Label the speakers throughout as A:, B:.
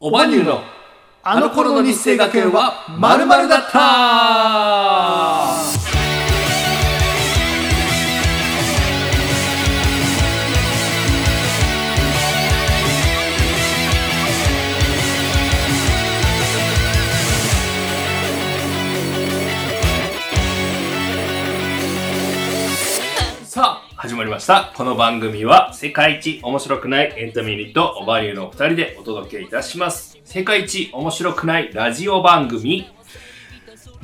A: おばにゅうのあの頃の日生学園はまるだったさあ始まりましたこの番組は世界一面白くないエンタメユニットオバニューのお二人でお届けいたします世界一面白くないラジオ番組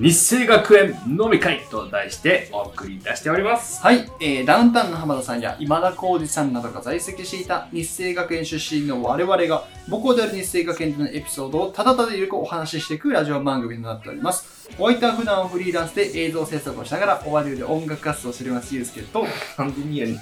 A: 日生学園飲み会と題してお送りいたしております
B: はい、えーダウンタウンの浜田さんや今田耕司さんなどが在籍していた日生学園出身の我々が母校である日生学園でのエピソードをただただゆるくお話ししていくラジオ番組となっておりますお相手は普段はフリーランスで映像制作をしながらオワリューで音楽活動をしておりますユうスケと
A: 完全にやり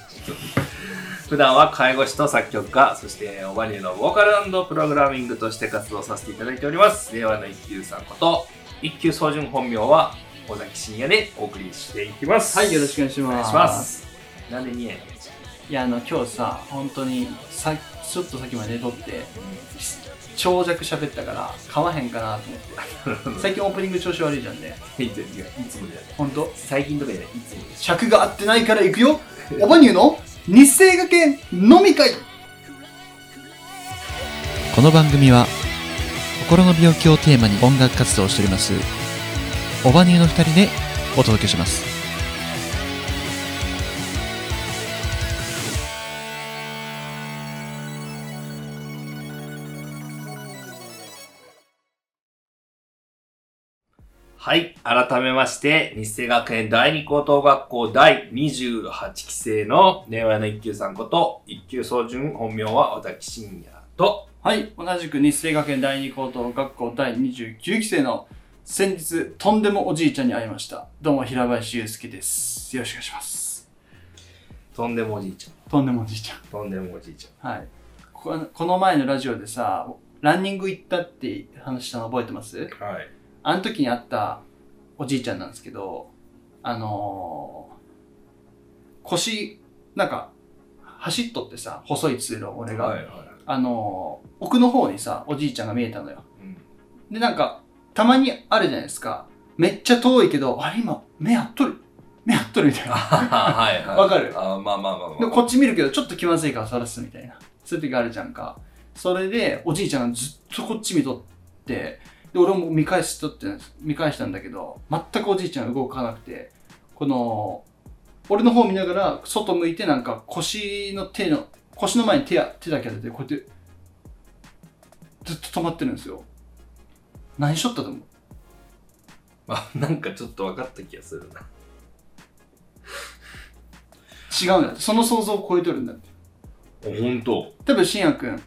A: 普段は介護士と作曲家そしてオバニューのボーカルプログラミングとして活動させていただいております令和の一級さんこと一級総順本名は尾崎真也でお送りしていきます
B: はいよろしくお願いし
A: お願
B: ま
A: い
B: す
A: しますなんで2円
B: いやあの今日さ本当にさちょっとさっきまで寝とって長尺喋ったから買わへんかなと思 って最近オープニング調子悪いじゃんね
A: いついやいつもじゃない
B: 本当
A: 最近とかじゃないいつも
B: 尺が合ってないから行くよオバニューの日生学園飲み会
C: この番組は心の病気をテーマに音楽活動をしておりますオバニューの2人でお届けします
A: はい改めまして日生学園第二高等学校第28期生の令和の一級さんこと一級総順本名は尾崎真也と
B: はい同じく日生学園第二高等学校第29期生の先日とんでもおじいちゃんに会いましたどうも平林祐介ですよろしくお願いします
A: とんでもおじいちゃん
B: とんでもおじいちゃん
A: とんでもおじいちゃん
B: はいここの前のラジオでさランニング行ったって話したの覚えてます
A: はい。
B: あの時に会ったおじいちゃんなんですけど、あのー腰、なんか、走っとってさ、細い通路、俺が。
A: はいはい。
B: あのー奥の方にさ、おじいちゃんが見えたのよ。
A: うん。
B: で、なんか、たまにあるじゃないですか。めっちゃ遠いけど、あれ今、目合っとる。目合っとるみたいな。
A: はい はい。
B: わかる
A: あーまあまあまあまあ。
B: で、こっち見るけど、ちょっと気まずいからそらすみたいな。そういう時あるじゃんか。それで、おじいちゃんがずっとこっち見とって、で、俺も見返しとって、見返したんだけど、全くおじいちゃんが動かなくて、この、俺の方見ながら、外向いてなんか腰の手の、腰の前に手や手だけ当てて、こうやって、ずっと止まってるんですよ。何しとったと思う
A: あなんかちょっと分かった気がするな。
B: 違うんだって。その想像を超えとるんだって。
A: お、ほんと。
B: 多分、しんやくん、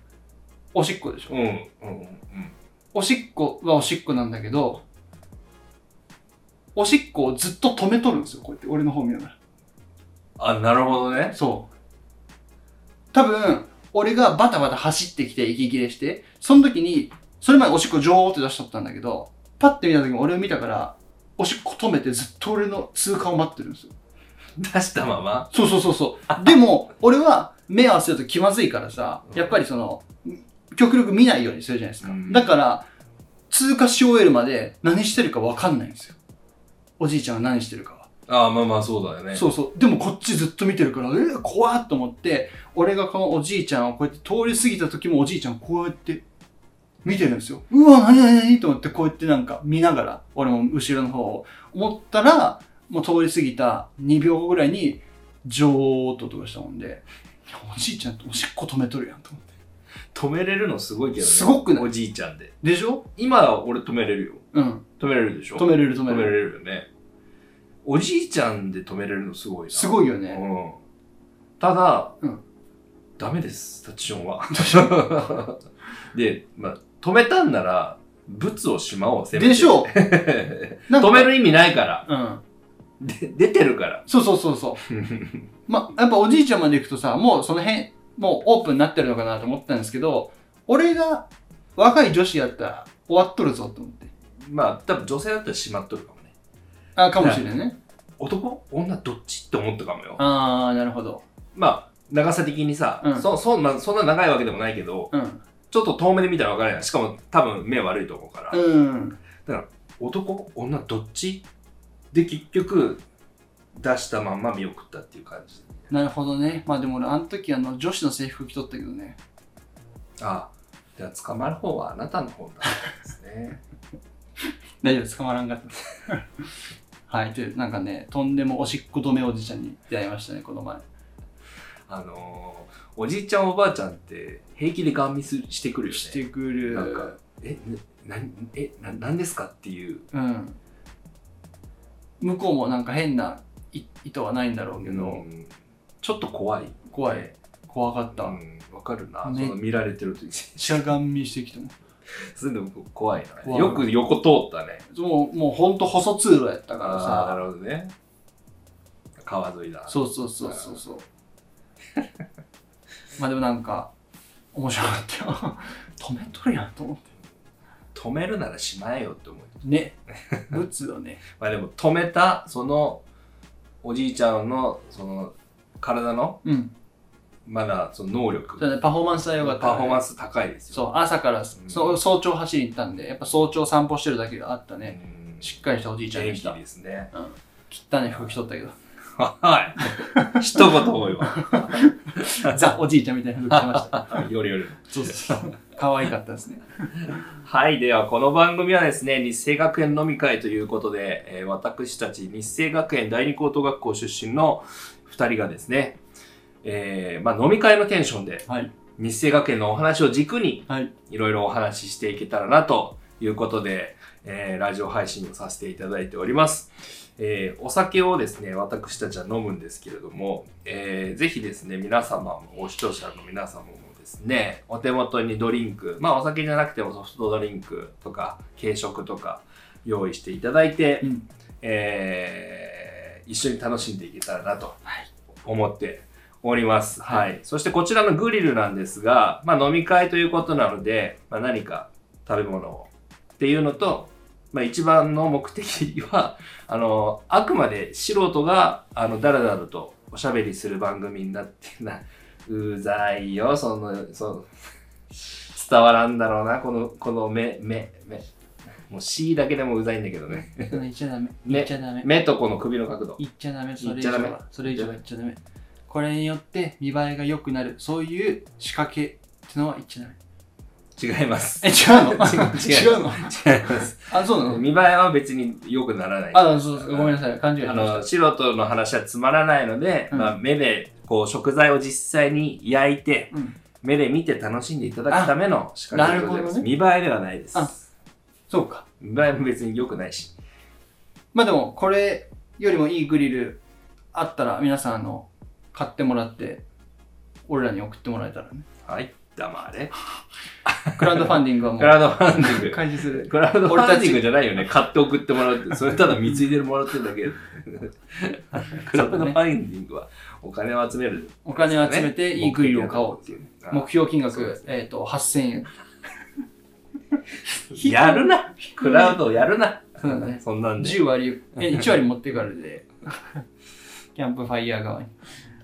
B: おしっこでしょ
A: うん。うん。うん。
B: おしっこはおしっこなんだけど、おしっこをずっと止めとるんですよ、こうやって、俺の方見ながら。
A: あ、なるほどね。
B: そう。多分、俺がバタバタ走ってきて、息切れして、その時に、それまでおしっこジョーって出しとったんだけど、パッて見た時も俺を見たから、おしっこ止めてずっと俺の通過を待ってるんですよ。
A: 出したまま。
B: そうそうそうそう。でも、俺は目合わせると気まずいからさ、やっぱりその、極力見ないようにするじゃないですか。
A: うん
B: だから、通過し終えるまで何してるかわかんないんですよ。おじいちゃんは何してるかは。
A: あーまあまあそうだよね。
B: そうそう。でもこっちずっと見てるから、えー、怖っと思って、俺がこのおじいちゃんをこうやって通り過ぎた時もおじいちゃんこうやって見てるんですよ。うわ、なになになにと思ってこうやってなんか見ながら、俺も後ろの方を思ったら、もう通り過ぎた2秒後ぐらいに、ジョーっと音がしたもんで、いやおじいちゃんとおしっこ止めとるやんと思って。
A: 止めれるのすごいけどね。
B: すごくない
A: おじいちゃんで。
B: でしょ
A: 今、俺止めれるよ。
B: うん。
A: 止めれるでしょ
B: 止めれる止め
A: 止め
B: れる。
A: れるよね。おじいちゃんで止めれるのすごいな。
B: すごいよ
A: い
B: ね。
A: うん。ただ、
B: うん
A: ダメです、タッチションは。 で、まあ、止めたんなら、物をしまおう、せめて
B: でし ょ
A: 止
B: なんか
A: める意味ないから。
B: うん。
A: で出てるから。
B: そうそうそう そう。まあ、やっぱおじいちゃんまで行くとさ、もうその辺、もうオープンになってるのかなと思ったんですけど、俺が若い女子やったら終わっとるぞと思って。
A: まあ、多分女性だったらしまっとるかもね。
B: あかもしれんね。
A: 男女どっちって思ったかもよ。
B: あー、なるほど。
A: まあ、長さ的にさ、
B: うん
A: そそんなそんな長いわけでもないけど、
B: うん。
A: ちょっと遠目で見たらわからない。しかも多分目悪いと思うから。
B: うん。
A: 男、女、どっちで結局、出したまんま見送ったっていう感じ。
B: なるほどね。まあでも俺、あの時、あの、女子の制服着とったけどね。
A: ああ。じゃあ捕まる方はあなたの方だったんですね。
B: 大丈夫、捕まらんかった。 はい、という、なんかね、とんでもおしっこ止めおじちゃんに出会いましたね、この前。
A: あのー、おじいちゃんおばあちゃんって平気でガン見すしてくるよね。
B: してくる。
A: なんか、え、な、なえ、な、なんですかっていう
B: うん。向こうもなんか変ない意図はないんだろう
A: け
B: け
A: ど、
B: ど、
A: ちょっと怖い。
B: 怖い。怖かった。
A: うん、わかるな。
B: ね
A: その見られてる時
B: しゃがんみしてきても。
A: それでも怖いな。
B: 怖い
A: よく横通ったね。
B: もう、もうほんと細通路やったから
A: ああ、な
B: さ。
A: るほどね。川沿いだ。
B: そうそうそうそうそう。 まあでもなんか、面白かったよ。 止めとるやんと思って。
A: 止めるならしまえよって思う。
B: ね。ブツだね。
A: まあでも止めた、その、おじいちゃんの、その、体の、
B: うん。
A: まだ、その能力、
B: ただねパフォーマンスは良かった、
A: パフォーマン
B: ス。
A: ス高いですよ。
B: そう、朝から、そう早朝走りに行ったんで、やっぱ早朝散歩してるだけがあったね。
A: うん
B: しっかりしたおじいちゃん
A: 元
B: でし
A: 気
B: た。
A: ですね。
B: 汚い服着とったけど。
A: はい。一言多いわ。
B: ザ・おじいちゃんみたいな服着てました。
A: よりより。
B: そうそう。可愛かったですね。
A: はい。では、この番組はですね、日生学園飲み会ということで、えー私たち日生学園第二高等学校出身の2人がですね、えーまあ、飲み会のテンションで
B: はい。
A: 日生学園のお話を軸に
B: はい。
A: いろいろお話ししていけたらなということで、えーラジオ配信をさせていただいております。えーお酒をですね、私たちは飲むんですけれども、えーぜひですね、皆様も、お視聴者の皆様もですね、お手元にドリンク、まあお酒じゃなくてもソフトドリンクとか軽食とか用意していただいて、
B: うん。
A: えー一緒に楽しんでいけたらなと思っております。はい。そしてこちらのグリルなんですが、まあ飲み会ということなので、まあ何か食べ物をっていうのと、まあ一番の目的は、 あの、あくまで素人が、あの、だらだらとおしゃべりする番組になってな、うざいよ、その、その、伝わらんだろうな、この、この目、目、目。もう C だけでもうざいんだけどね。
B: 言っちゃダメ。
A: ね
B: 言っちゃダメ。
A: 目とこの首の角度。
B: 言っちゃダメ。そ
A: 言っ
B: れ以
A: ちゃ
B: 上
A: ダメ
B: は。それ以上は言っちゃダメ。これによって見栄えが良くなる。そういう仕掛けってのは言っちゃダメ。
A: 違います。
B: え、違う の
A: 違う
B: 違う
A: 違い
B: の
A: ます。
B: あ、そうなの
A: 見栄えは別に良くならない。あ
B: あ、そうそう。ごめんなさい。勘違いしまし
A: の、素人の話はつまらないので、
B: うん
A: まあ、目で、こう、食材を実際に焼いて、
B: た。うん。
A: 目で見て楽しんでいただくための仕掛けでございま
B: な
A: す。
B: るほどね
A: 見栄えではないです。
B: あそうか。
A: 見栄えも別に良くないし。
B: まあでも、これよりもいいグリルあったら、皆さん、あの、買ってもらって、俺らに送ってもらえたらね。
A: はい、黙れ。
B: クラウドファンディングはも
A: クラ
B: う、
A: ウドファンディ ング。
B: 開始する。
A: クラウドファンディングじゃないよね。買って送ってもらうって。それただ貢いでもらってる だけ。クラウドファンディングはお金を集める。
B: お金を集めて、いいグリルを買おうっていう。
A: あ
B: 目標金
A: そうで
B: 額
A: す、
B: えっと、8000円。
A: やるなクラウドをやるな
B: そうだね
A: そんなんで。
B: 10割、え、1割持 ってからで、キャンプファイヤー側に。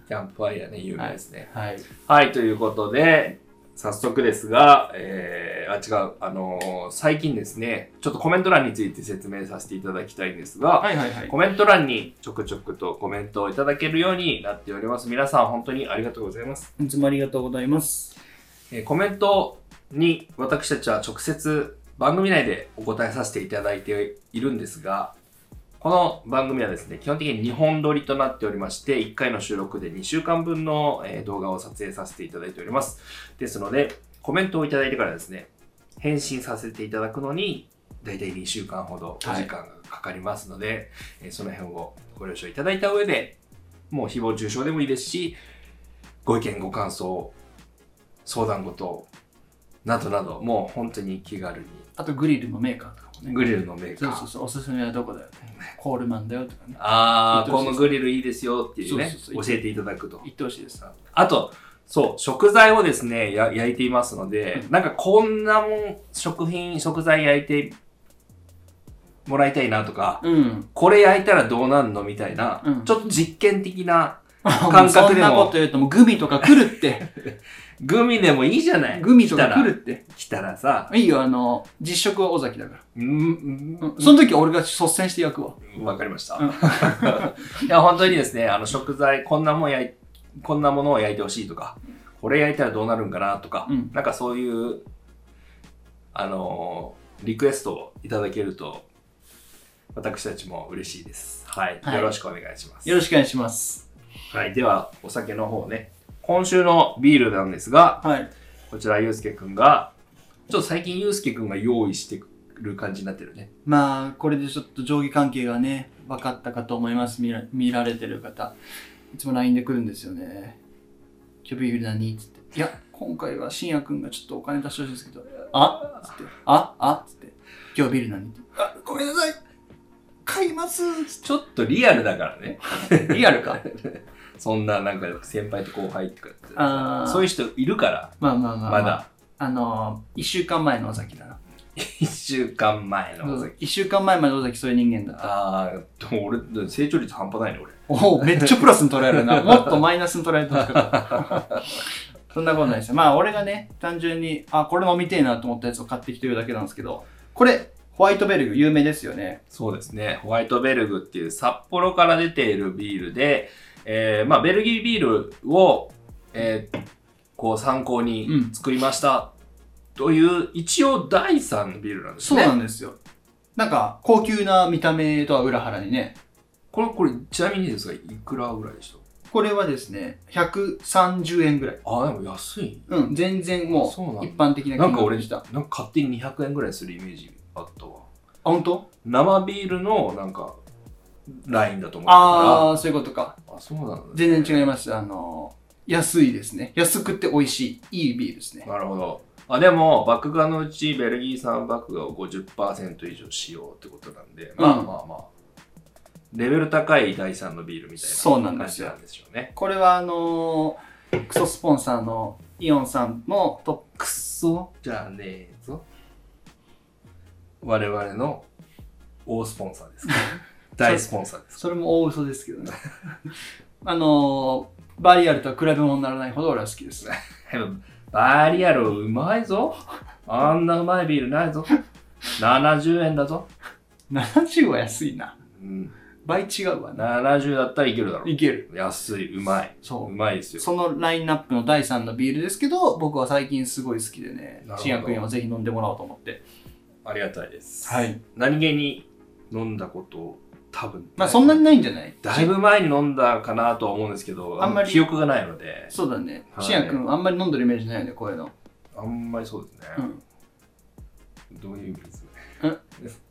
A: キャンプファイヤーね、有名ですね。
B: はい。
A: はい、ということで、早速ですが、えー、あ、違う、あのー最近ですね、ちょっとコメント欄について説明させていただきたいんですが、
B: はいはいはい。
A: コメント欄にちょくちょくとコメントをいただけるようになっております。皆さん本当にありがとうございます。
B: いつもありがとうございます。
A: えーコメントに私たちは直接番組内でお答えさせていただいているんですが、この番組はですね、基本的に2本撮りとなっておりまして、1回の収録で2週間分のえー動画を撮影させていただいております。ですので、コメントをいただいてからですね、返信させていただくのに、だいたい2週間ほどお時間がかかりますので、えーその辺をご了承いただいた上で、もう誹謗中傷でもいいですし、ご意見、ご感想、相談事などなど、もう本当に気軽
B: あと、グリルのメーカーとかも
A: に、
B: ね。
A: グリルのメーカ
B: そう
A: ー、
B: そうそう、おすすめはどこだよとかね。コールマンだよとかね。
A: ああ、
B: 言っ
A: こ
B: てほしいです
A: のグリルいいですよっていうね、
B: そうそうそう
A: 教えていただくと。
B: 言ってほしいです。
A: あと、そう、食材をですね、や焼いていますので、
B: うん
A: なんかこんなもん、食品、食材焼いてもらいたいなとか、
B: うん。
A: これ焼いたらどうなんのみたいな、
B: うん
A: ちょっと実験的な、
B: 感
A: 覚でも
B: そんなこと言うともうグミとか来るって。
A: グミでもいいじゃない。
B: グミと
A: 来
B: か
A: た
B: 来
A: ら
B: るって。
A: 来たらさ、
B: いいよ、あの、実食は尾崎だから。
A: うん、
B: うんその時は俺が率先して焼くわ。
A: わかりました。
B: うん
A: いや、本当にですね、あの食材、こんなもん焼い、こんなものを焼いてほしいとか、これ焼いたらどうなるんかなとか、
B: うん
A: なんかそういう、あのーリクエストをいただけると、私たちも嬉しいです。はい。
B: はい
A: よろしくお願いします。
B: よろしくお願いします。
A: はい。では、お酒の方ね。今週のビールなんですが、
B: はい。
A: こちら、ゆうすけくんが、ちょっと最近ゆうすけくんが用意してくる感じになってるね。
B: まあ、これでちょっと上下関係がね、分かったかと思います。見ら見られてる方。いつも LINE で来るんですよね。今日ビール何っつって。いや、今回は深夜くんがちょっとお金出してほしいんですけど、あっつって、ああっつって、今日ビール何って。あ、ごめんなさい買いますつ
A: ちょっとリアルだからね。
B: って。 リアルか。
A: そんななんか先輩と後輩とかって
B: あー
A: そういう人いるから
B: まあまあまあ、
A: まだ
B: あのー、1週間前の尾崎だな。
A: 1週間前の
B: 1週間前まで尾崎そういう人間だった。
A: ああでも俺成長率半端ないね俺
B: おお、めっちゃプラスに捉え るな。もっとマイナスに捉えてほしかった。そんなことないですよ。まあ、俺がね、単純に、あ、これ飲みてえなと思ったやつを買ってきてるだけなんですけど、これ、ホワイトベルグ、有名ですよね。
A: そうですねホワイトベルグっていう札幌から出ているビールで、えーまあ、ベルギービールを、えーこう参考に
B: うん
A: 作りました、という一応第3のビールなんです
B: そうな
A: ね
B: んですよ。なんか、高級な見た目とは裏腹にね、
A: これこれちなみにですがいくらぐらいでし
B: これはですね、130円ぐらい。
A: たああでも安い
B: うん、全然
A: あ
B: も
A: そうなん
B: う、
A: だ
B: 一般的な
A: なんか俺
B: でした。あ、
A: なんか勝手に200円ぐらいするイメージあったわ
B: 本当
A: 生ビールのなんかラインだと思ったか
B: ああ、そういうことか。
A: らあそうなんだ
B: 全然違います。あのー、安いですね。安くて美味しい、いいビールですね。
A: なるほどあでも麦芽のうちベルギー産麦芽を50%以上使用ってことなんでまあ
B: うん
A: まあまあ、レベル高い第3のビールみたい
B: そうな
A: なん
B: で
A: 感
B: す
A: じ
B: よ
A: なんでしょうね
B: これはあのークソスポンサーのイオンさんのト
A: くっそじゃねえぞ我々の大スポンサー ですから大スポンサーで
B: ップ
A: す
B: それも大嘘ですけどね あのーバリアルとは比べ物にならないほど俺は好きです
A: からバリアルうまいぞあんなうまいビールないぞ70円だぞ
B: 70は安いな
A: うん
B: 倍違うわな
A: 70だったらいけるだろ
B: いける
A: う。安い、うまい。う
B: そ
A: まいです
B: う
A: よ。
B: そのラインナップの第3のビールですけど僕は最近すごい好きでね
A: なるほど
B: 新薬院はぜひ飲んでもらおうと思って
A: ありがたいです。
B: はい
A: 何気に飲んだこと、多分。
B: まあそんなにないんじゃない
A: だいぶ前に飲んだかなとは思うんですけど、
B: あんまり
A: 記憶がないので、
B: そうだね
A: はい
B: 新薬君あんまり飲んでるイメージないよねこういうの
A: あんまりそうですね。
B: うん
A: どういう意味ですか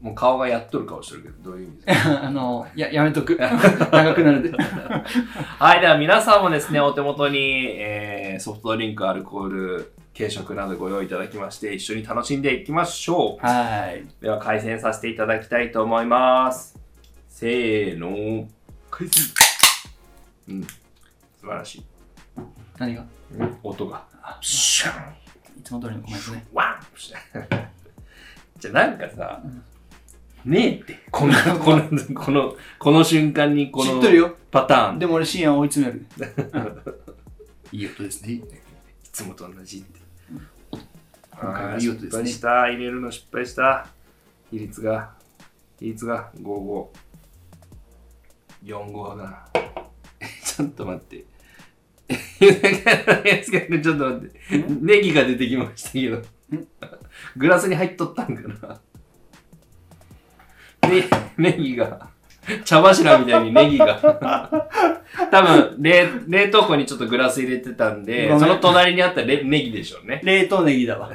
A: もう顔がやっとる顔してるけど、どういう意味ですか
B: あのーややめ とく長くなるで
A: はい、では皆さんもですね、お手元に、えーソフトドリンク、アルコール、軽食などご用意いただきまして、一緒に楽しんでいきましょう。
B: はい
A: では開戦させていただきたいと思います。せーの。開戦うん。素晴らしい。
B: 何が
A: 音が。プシャン
B: いつも通りのコメントね。
A: ワンプシャンじゃあなんかさ、ねえって。こんな、この、この、この瞬間にこの
B: 知っとるよ
A: パターン。い
B: でも俺深夜追い詰める。いい音ですね。
A: つもと同じって。
B: 今回
A: あ
B: は
A: ー
B: いい音で
A: 失
B: すね
A: 敗した。入れるの失敗した。比率が、比率が55。45だな。ちょっと待って。 安川君ちょっと待って。ネギが出てきましたけど。グラスに入っとったんかな。ね、ネギが。茶柱みたいにネギが 多分冷冷凍庫にちょっとグラス入れてたんで
B: ごめん
A: その隣にあったレネギでしょうね
B: 冷凍ネギだわ。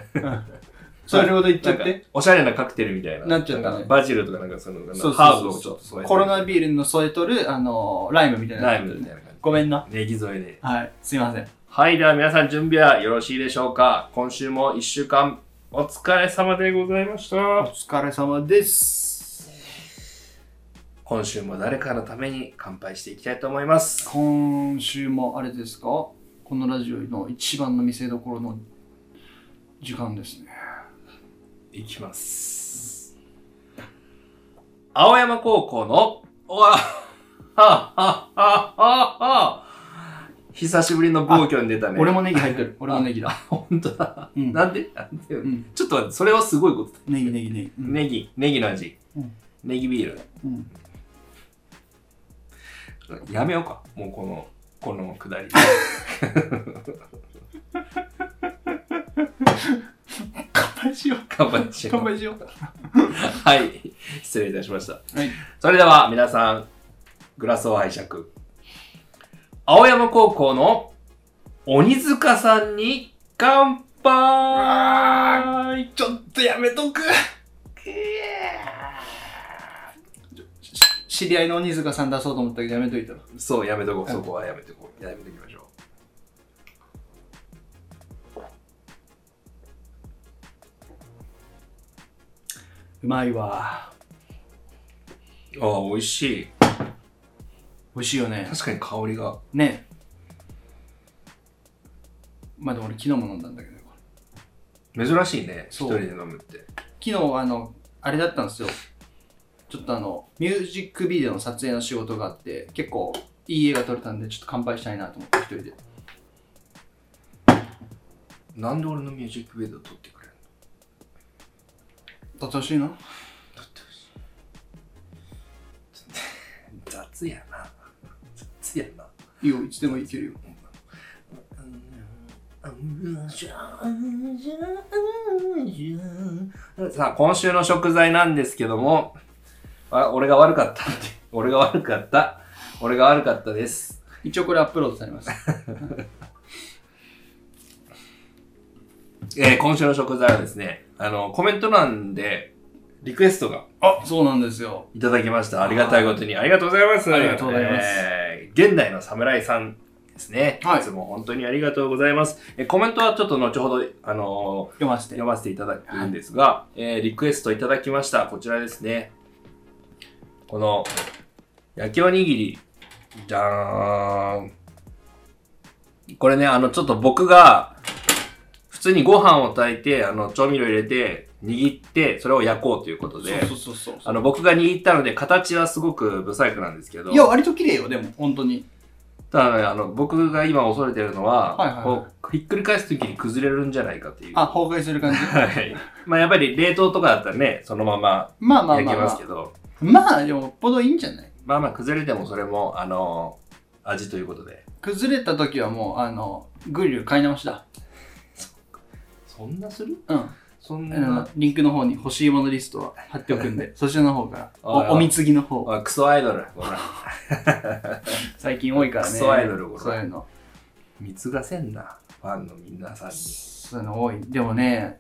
B: そういうこと言っちゃっ
A: なん
B: て
A: か。おしゃれなカクテルみたいな。
B: なっちゃったね
A: んかバジルとかなんかそのなんか
B: そう
A: ハ
B: そ
A: ーブ
B: う
A: をち
B: そ
A: ょ
B: う
A: っと添えて。
B: コロナビールの添えとる、あのー、ライムみたいな。
A: ライムみたいな感
B: ごめんな。
A: じ。ネギ添えで。
B: はい、すいません。
A: はい、では皆さん準備はよろしいでしょうか今週も1週間お疲れ様でございまし
B: お
A: た。
B: 疲れ様です。
A: 今週も誰かのために乾杯していきたいと思います。
B: 今週もあれですかこのラジオの一番の見せどころの時間ですね。
A: いきます。青山高校の、おわ、はっはっはっはっは久しぶりの暴挙に出たね。
B: 俺もネギ入って る。俺もネギだ。
A: 本当だ。
B: うん。
A: なんでなんで
B: うん
A: ちょっと待って、それはすごいことだ。
B: ネギネギネギ。うん
A: ネギ、ネギの味
B: うん。
A: ネギビール。
B: うん。
A: やめようか。もうこの、このくだり。
B: 乾杯しよう。
A: 乾杯しよ
B: 乾
A: う。
B: 杯しよう。
A: はい。失礼いたしました。
B: はい。
A: それでは皆さん、グラスを拝借。青山高校の鬼塚さんに乾杯
B: ちょっとやめとく知り合いの鬼塚さん出そうと思ったけどやめといたら
A: そう、やめとこう。そこはやめとこう。やめときましょ
B: うまいわ
A: う。ああ、美味しい。
B: 美味しいよね
A: 確かに香りが。
B: ねまあでも俺昨日も飲んだんだけどこれ
A: 珍しいね。一
B: そう
A: 人で飲むって。
B: 昨日あのあれだったんですよちょっとあのミュージックビデオの撮影の仕事があって結構いい映画撮れたんでちょっと乾杯したいなと思って一人で
A: なんで俺のミュージックビデオ撮ってくれる
B: 撮ってほしいな
A: の撮ってほしい。ちょっと雑やな。雑やな。
B: いいよいつでもいけるよ
A: さあ、今週の食材なんですけども、あ俺が悪かったって。俺が悪かった。俺が悪かったです。
B: 一応これアップロードされます
A: えー今週の食材はですね、あの、コメント欄でリクエストが
B: あそうなんですよ
A: いただきました。ありがたいことに。ありがとうございます。
B: ありがとうございます
A: えー現代の侍さんですね。
B: はい
A: つも本当にありがとうございます。えーコメントはちょっと後ほど、あのー
B: 読ませて
A: 読ませていただくんですが、えーリクエストいただきましたこちらですねこの焼きおにぎりじゃーんこれねあのちょっと僕が普通にご飯を炊いてあの調味料入れて握ってそれを焼こうということで
B: そうそうそうそ
A: あ
B: う
A: の僕が握ったので形はすごく不細工なんですけど
B: いや割と綺麗よでも本当に
A: ただねあの僕が今恐れてるのは,、
B: はいはいはい
A: こうひっくり返す時に崩れるんじゃないかっていう
B: あ崩壊する感じ
A: はい。まあやっぱり冷凍とかだったらね、そのまま
B: まあまあ
A: 焼
B: まあ
A: け
B: ま
A: ます
B: あ
A: けど、
B: まあよっぽどいいんじゃない
A: まあまあ崩れてもそれも、あのー味ということで。
B: 崩れた時はもうあのグリル買い直しだ
A: そんなする
B: うん、あ
A: そん
B: の
A: な。
B: リンクの方に欲しいものリストは貼ってお くんでそちらの方から
A: はいはい
B: おお貢ぎの方
A: あクソアイドル。ほら。
B: 最近多いからね
A: クソアイドルこれ
B: そういうの
A: 貢がせんな。ファンの皆さんに。
B: そういうの多いでもね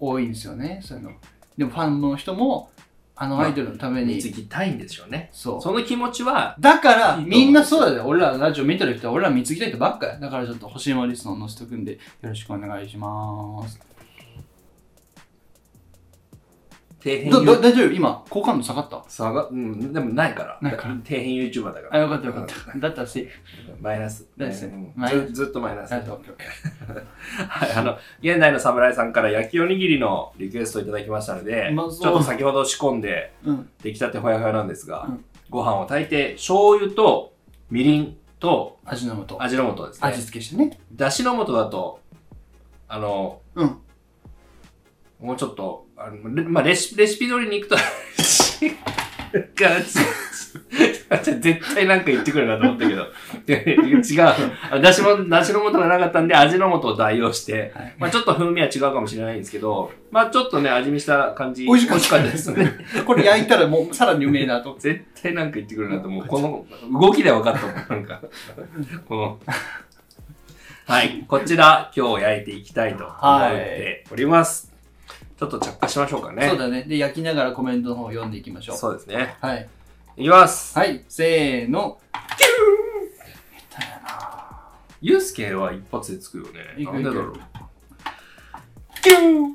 B: 多いんですよねそういうのでもファンの人もあのアイドルのために、
A: 貢ぎたいんでしょうね。
B: そう
A: その気持ちは、
B: だか
A: いい
B: ら、
A: と思う
B: みんなそうだよ。俺らラジオ見てる人は俺ら見つけたい人ばっかや。だからちょっと欲しいものリストを載せておくんで、よろしくお願いします。
A: 底辺
B: だ、だ、
A: ユ
B: 大丈夫今、好感度下がった
A: 下が、うん、でもないから。
B: ないから
A: 底辺 YouTuber だから。
B: あ、よかったよかった。だったらし、
A: マイナス。
B: だし
A: うん
B: マイナス
A: ずずっとマイナス
B: あ。と、
A: はい、あの、現代の侍さんから焼きおにぎりのリクエストをいただきましたので、
B: う
A: ち
B: ま
A: ょ
B: そう
A: っと先ほど仕込んで、
B: うん。
A: 出来たてほやほやなんですが、
B: うん
A: ご飯を炊いて、醤油とみりんと
B: 味の素。
A: 味の素です
B: 味
A: ね。
B: 付けしてね。
A: だしの素だと、あの、
B: うん。
A: もうちょっと、あのレまあ、レシピ、レシピ通りに行くと ガチ、絶対なんか言ってくるなと思ったけど、で違う。あだしも、だしの素がなかったんで、味の素を代用して、
B: はい
A: まあちょっと風味は違うかもしれないんですけど、まあちょっとね、味見した感じ。
B: 美味しかった
A: 美
B: で
A: 味し
B: す
A: かった
B: ね。 これ焼いたらもうさらにうめえな と。
A: 絶対なんか言ってくるなと、もうこの動きで分かったもん、なんか。この。はい、こちら、今日焼いていきたいと思っております。ちょっと着火しましょうかね。
B: そうだね。で、焼きながらコメントの方を読んでいきましょう。
A: そうですね。
B: はい。
A: いきます。
B: はい。せーの。
A: ゆうすけは一発でつくよね。
B: い
A: な
B: く
A: んでだろう
B: い。
A: キュン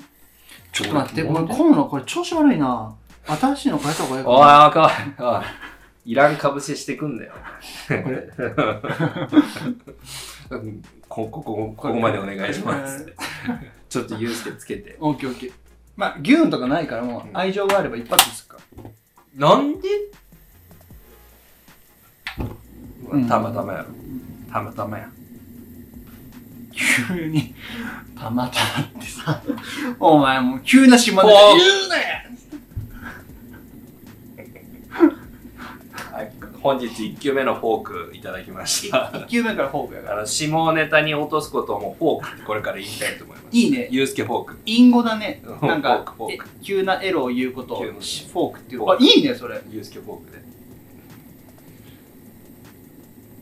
B: ちょっと待って、
A: お
B: こ
A: い
B: れ今度これ調子悪いな。新しいの変えた方がいいか
A: おい、
B: な。
A: かわいい。いらんかぶせしてくんだよ。
B: これ
A: うん こここここまでお願いします。ちょっとゆうすけつけて。
B: オッケーオッケー。まあ、牛とかないからもう愛情があれば一発ですか。
A: なんでうわ
B: うん
A: たまたまやろ。たまたまや。
B: 急に、たまたまってさ、お前もう急な島根で
A: おー
B: 言うなよ
A: はい、本日1球目のフォークいただきました。
B: 1球目からフォークやか
A: あ
B: ら。
A: の、下ネタに落とすことをもうフォークってこれから言いたいと思います。
B: いいね。
A: ゆうすけフォーク。
B: 隠語だね。
A: うん
B: なん
A: フォ
B: か
A: ーク、フォ
B: え急なエロを言うことを
A: 急
B: フ
A: な
B: ォークっていう。
A: フォ
B: あ
A: ー、ク
B: いいね、それ。
A: ゆうすけフォーク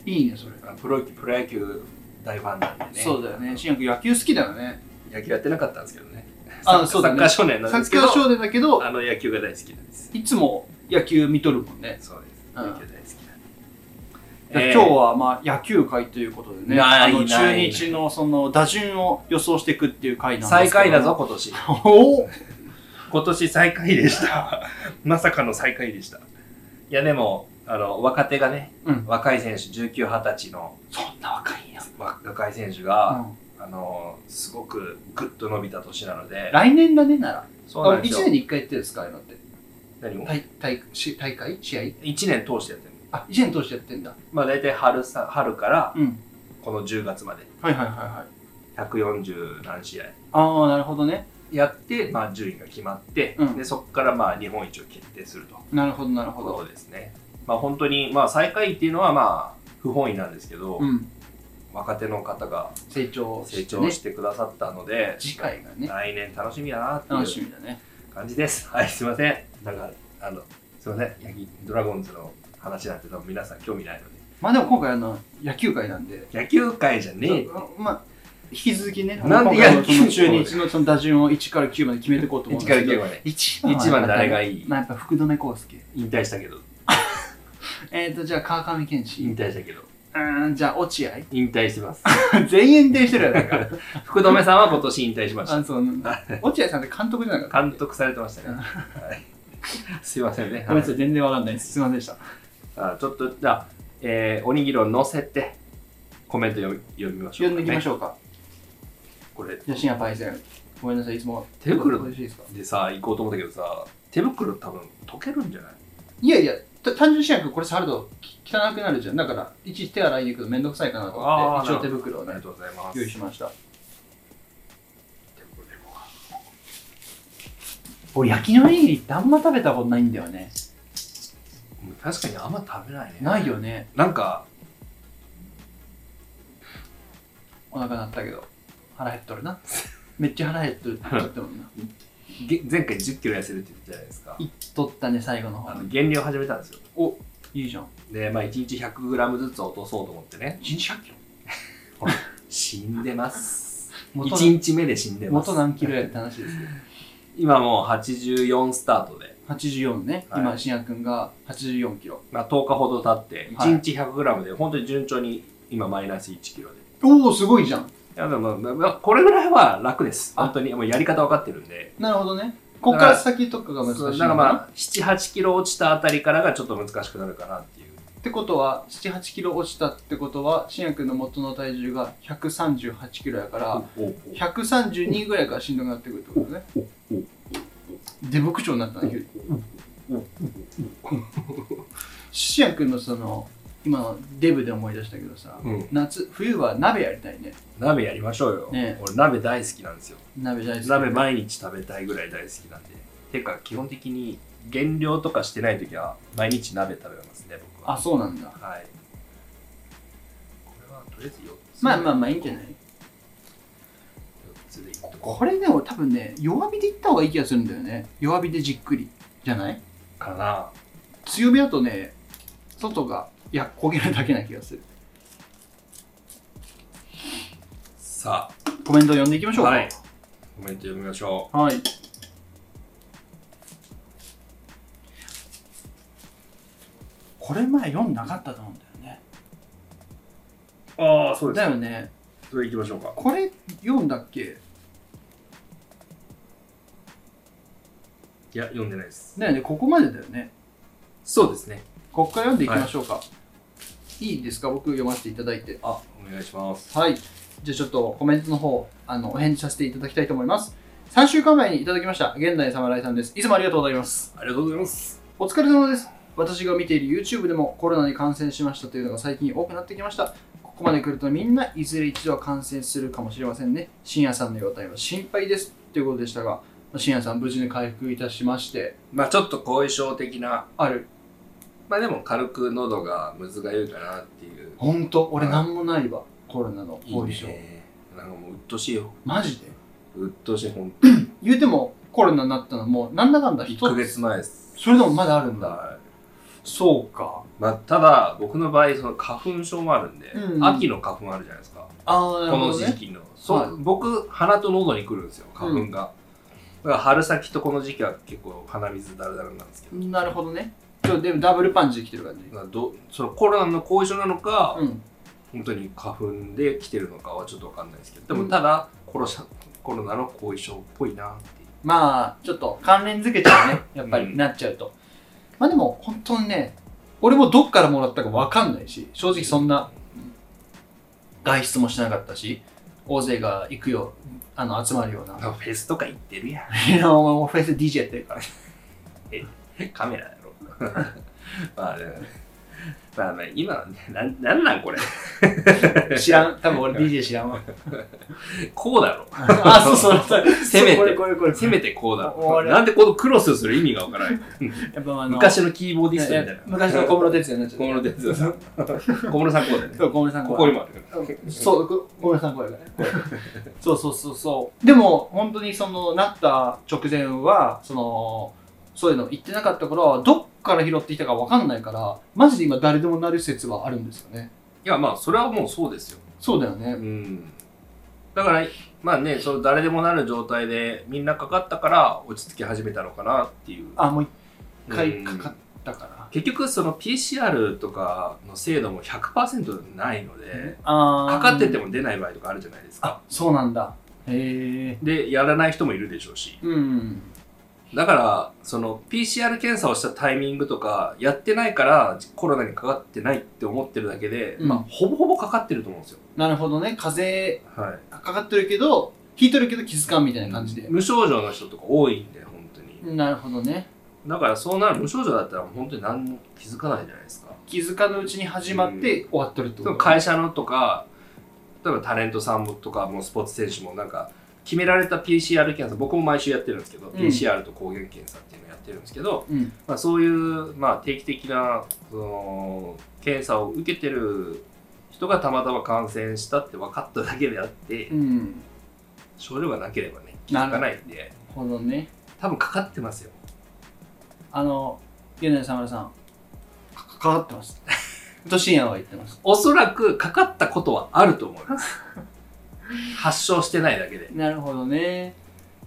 A: で。
B: いいね、それ。
A: あプロプロ野球大ファンなんでね。
B: そうだよね。新薬野球好きだよね。
A: 野球やってなかったんですけどね。
B: あ
A: サ
B: そう
A: ッカー
B: だね
A: サッカー少年なん
B: サ
A: です
B: ッ
A: け
B: カ
A: ど
B: ー、少年だけど、
A: あの野球が大好きなんです。
B: いつも野球見とるもんね。
A: そうです。
B: うん
A: 野球大好きなんで
B: 今
A: えー
B: 日はまあ野球界ということでね、
A: ない
B: あの
A: な
B: 中
A: い
B: 日のその打順を予想していくっていう回なんですけ
A: 最下位
B: ど
A: だぞ、。今年。
B: おお
A: 今年最下位でした。 まさかの最下位でした。いや、でも、あの、若手がね、
B: うん
A: 若い選手、19、20歳の
B: そんな若いんや、
A: わ若い選手が、
B: う
A: あの、すごくグッと伸びた年なの
B: ん
A: で、
B: 来年だねなら。
A: そうなん
B: あ
A: ですよ
B: 一。年に一回やってるんですか、ああいうのって。
A: 何も。
B: 大大し大会試合
A: 1年通してやってる。
B: あ、一年通してやってんだ。
A: まあ、大体春さ、春から、
B: うん。
A: この10月まで、
B: はいはいはいはい。
A: 140何試合
B: ああ、なるほどね。
A: やって、まあ、順位が決まって、
B: うん
A: でそこからまあ日本一を決定すると
B: なるほどなるほ
A: こ
B: ど。
A: とですね。まあ、本当に、まあ、最下位っていうのは、まあ、不本意なんですけど、
B: うん。
A: 若手の方が
B: 成長
A: 成
B: して
A: 長
B: ね
A: し。てくださったので、
B: 次回がね、
A: 来年楽しみだなって
B: 楽
A: い
B: し
A: う
B: みだね。
A: 感じです。はい、すいません。なんか、あの、すいません。ヤギドラゴンズの話なんて多分皆さん興味ないので。
B: まあでも今回あの野球界なんで、
A: 野球界じゃねえって。
B: うんまあ、引き続きね、
A: なんで
B: 今回の
A: 野球
B: その中日のその打順を1から9まで決めていこうと思うん
A: 1から
B: ですけ
A: 9
B: ど、
A: まで
B: 1
A: 番は
B: 番は
A: 誰がいい
B: まあやっぱ福留孝介。
A: 引退したけど、
B: えっ、ー、と、じゃあ川上健志。
A: 引
B: う
A: 退したけど、
B: ーん、じゃあ落合。
A: 引退してます。
B: 全員でしてるやないか。
A: 福留さんは今年引退しました
B: あ。そう落合さんって監督じゃなかった。
A: 監督されてましたね。はい、すいませんね。
B: ごめんなさい、全然わかんないです。すいませんでした。
A: あちょっとじゃあ、えーおにぎりを乗せてコメント読み読みましょう
B: 呼んでいきまし
A: ょう。
B: ょうか。
A: これ
B: じゃあ、深夜パイセン。ごめんなさい、いつも。
A: 手袋
B: 美味しいですか
A: でさ行こうと思ったけどさ手袋多分溶けるんじゃない
B: いやいや、た単純試合これ触るとき汚くなるじゃん。だから、いちいち手洗いに行くのめんどくさいかなと思
A: あー
B: って、一応
A: な
B: 手
A: るほど
B: 袋を
A: ありが
B: ね、
A: とうございます。
B: 用意しました。
A: 手袋でいこ
B: 俺焼きのおにぎりってあんま食べたことないんだよね
A: うか確かにあんま食べないね。
B: ないよね
A: なんか
B: お腹鳴ったけど腹減っとる なめっちゃ腹減っとるって言っとったもんな
A: げ前回1 0キロ痩せるって言ったじゃないですか。
B: いっとったね最後の
A: あ
B: 方
A: の減量始めたんですよ。
B: おいいじゃん
A: でまあ1日1 0 0ムずつ落とそうと思ってね
B: 1日1 0 0キロ
A: 死んでます。
B: 元
A: 1日目で死んでます。
B: 元何キロやって話ですけど
A: 今もう84スタートで。
B: 84ね、
A: はい
B: 今しんやくんが8 4キロ
A: まあ、10日ほど経って
B: はい
A: 1日 100g で本当に順調に今マイナス 1kg で、い
B: おおすごいじゃん
A: やでもまあまあこれぐらいは楽です
B: あ
A: 本当にもうやり方分かってるんで
B: なるほどねこっから先とかが難しい
A: そう
B: の
A: なんか
B: かな
A: まあ78キロ落ちたあたりからがちょっと難しくなるかなっていう
B: ってことは7 8キロ落ちたってことはしんやくんの元の体重が1 3 8キロやから
A: おう
B: 132ぐらいからしんどくなってくるってことね
A: おうおう
B: デブ口調になったね急に
A: おう
B: シア君のその今のデブで思い出したけどさ、
A: うん
B: 夏冬は鍋やりたいね
A: 鍋やりましょうよ、
B: ね
A: 俺鍋大好きなんですよ
B: 鍋じゃないですか
A: 鍋毎日食べたいぐらい大好きなんでてか基本的に減量とかしてない時は毎日鍋食べますね僕は
B: あそうなんだ
A: はいこれはとりあえず4つ
B: まあまあまあいいんじゃない
A: 4つでいこう
B: これでも多分ね弱火でいった方がいい気がするんだよね弱火でじっくりじゃない
A: かな
B: 強火だとね外がいや焦げるだけな気がする
A: さあ
B: コメント読んでいきましょうか
A: はいコメント読みましょ
B: はいこれ前読んなかったと思うんだよね
A: うああそ
B: だよね
A: それいきましょうか
B: これ読んだっけ
A: いや読んでないです
B: だよねここまでだよね
A: そうですね
B: ここから読んでいきましょうか、い、いですか僕読ませていただいて
A: あお願いします
B: はいじゃあちょっとコメントの方あのお返事させていただきたいと思います3週間前にいただきました現代侍さんですいつもありがとうございます
A: ありがとうございます
B: お疲れ様です私が見ている YouTube でもコロナに感染しましたというのが最近多くなってきましたここまで来るとみんないずれ一度は感染するかもしれませんね。深夜さんの状態は心配ですということでしたが、深夜さん無事に回復いたしまして、
A: まあちょっと後遺症的な、
B: ある。
A: まあでも軽く喉がむずがゆいかなっていう。
B: ほんと、俺
A: はい
B: なんもないわ。コロナの後遺症。
A: いいね。なんかもう鬱陶しいよ。
B: マジで
A: 鬱陶しい、ほんと。
B: 言うてもコロナになったのはもうなんだかんだ
A: 1
B: 人
A: ヶ月前です。
B: それでもまだあるんだ。
A: はい
B: そうか。
A: まあ、ただ、僕の場合、その花粉症もあるんで、
B: うんうん
A: 秋の花粉あるじゃないですか。
B: あ
A: こ
B: あ、なる
A: の
B: ほど
A: 時
B: ね。
A: 期の。そう、
B: はい
A: 僕、鼻と喉に来るんですよ、花粉が。だから春先とこの時期は結構鼻水だらだらなんですけど。
B: なるほどね。ちょでもダブルパンチできてる感じ。
A: まあどそのコロナの後遺症なのか、
B: うん。
A: 本当に花粉で来てるのかはちょっとわかんないですけど、で
B: う
A: も
B: ん
A: ただ、コロシャコロナの後遺症っぽいなっていう。
B: まあ、ちょっと関連づけちゃうね。やっぱ
A: う
B: り
A: ん
B: なっちゃうと。まあでも、本当にね、俺もどっからもらったかわかんないし、正直そんな外出もしなかったし、大勢が行くよ、あの、集まる ような。
A: あフェスとか行ってるや
B: いや、お前もフェス DJ やってるから。
A: ん。カメラ やろ。まあね。まあね、今のね、なんなんなんこれ。
B: 知らん。多分俺 DJ 知らんわ。
A: こうだろ。
B: あ、そうそうそう。
A: せめて
B: これこれこれ。
A: せめてこうだ
B: お
A: ろ。
B: 俺
A: なんでこのクロスする意味がわからない。
B: やっぱあの
A: 昔のキーボーディストみ
B: い
A: た
B: や
A: い
B: いや
A: な。
B: 昔の小室哲也になっちゃ
A: 小
B: っ
A: 室哲哉さん。 小室さんこうだよね
B: た。。そう、小室さん
A: ここにもある。
B: そう、ごごめんなさい、これがね。そうそうそうそう。でも、本当にその、なった直前は、その、そういうの言ってなかった頃は、どっから拾ってきたかわかんないから、マジで今誰でもなる説はあるんですよね。
A: いや、まあ、それはもうそうですよ。
B: そうだよね
A: う。ん。だから、まあね、その誰でもなる状態で、みんなかかったから落ち着き始めたのかなっていう。
B: あ、もう一
A: う
B: 回
A: ん
B: かかったから。
A: 結局、その PCR とかの精度も100%ないので、
B: あー
A: かかってて。も出ない場合とかあるじゃないです
B: あ
A: か。、
B: そうなんだ。へえ。
A: で、やらない人もいるでしょうし。
B: うん。
A: だから、その PCR 検査をしたタイミングとか、やってないからコロナにかかってないって思ってるだけで、
B: うん
A: まあ、ほぼほぼかかってると思うんですよ。
B: なるほどね。風
A: はい。
B: 邪かかってるけど、引いてるけど気づかんみたいな感じで。
A: 無症状の人とか多いんで、本当に。
B: なるほどね。
A: だから、そうなる無症状だったら、本当に何も気づかないじゃないですか。
B: 気づかぬうちに始まって終わってるってこ
A: で
B: と
A: も会社のとか、例えばタレントさんもとか、もうスポーツ選手もなんか、決められた PCR 検査、僕も毎週やってるんですけど、
B: ん
A: PCR と抗原検査っていうのをやってるんですけど、
B: うん。
A: まあ、そういう、まあ、定期的なその検査を受けてる人がたまたま感染したって分かっただけであって、
B: うん。
A: 症状がなければね気づかないんで
B: ほどね。
A: 多分かかってますよ
B: あの、米田さん村さん、かかかってます。と深夜は言ってます。
A: おそらくかかったことはあると思います発症してないだけで、
B: なるほどね。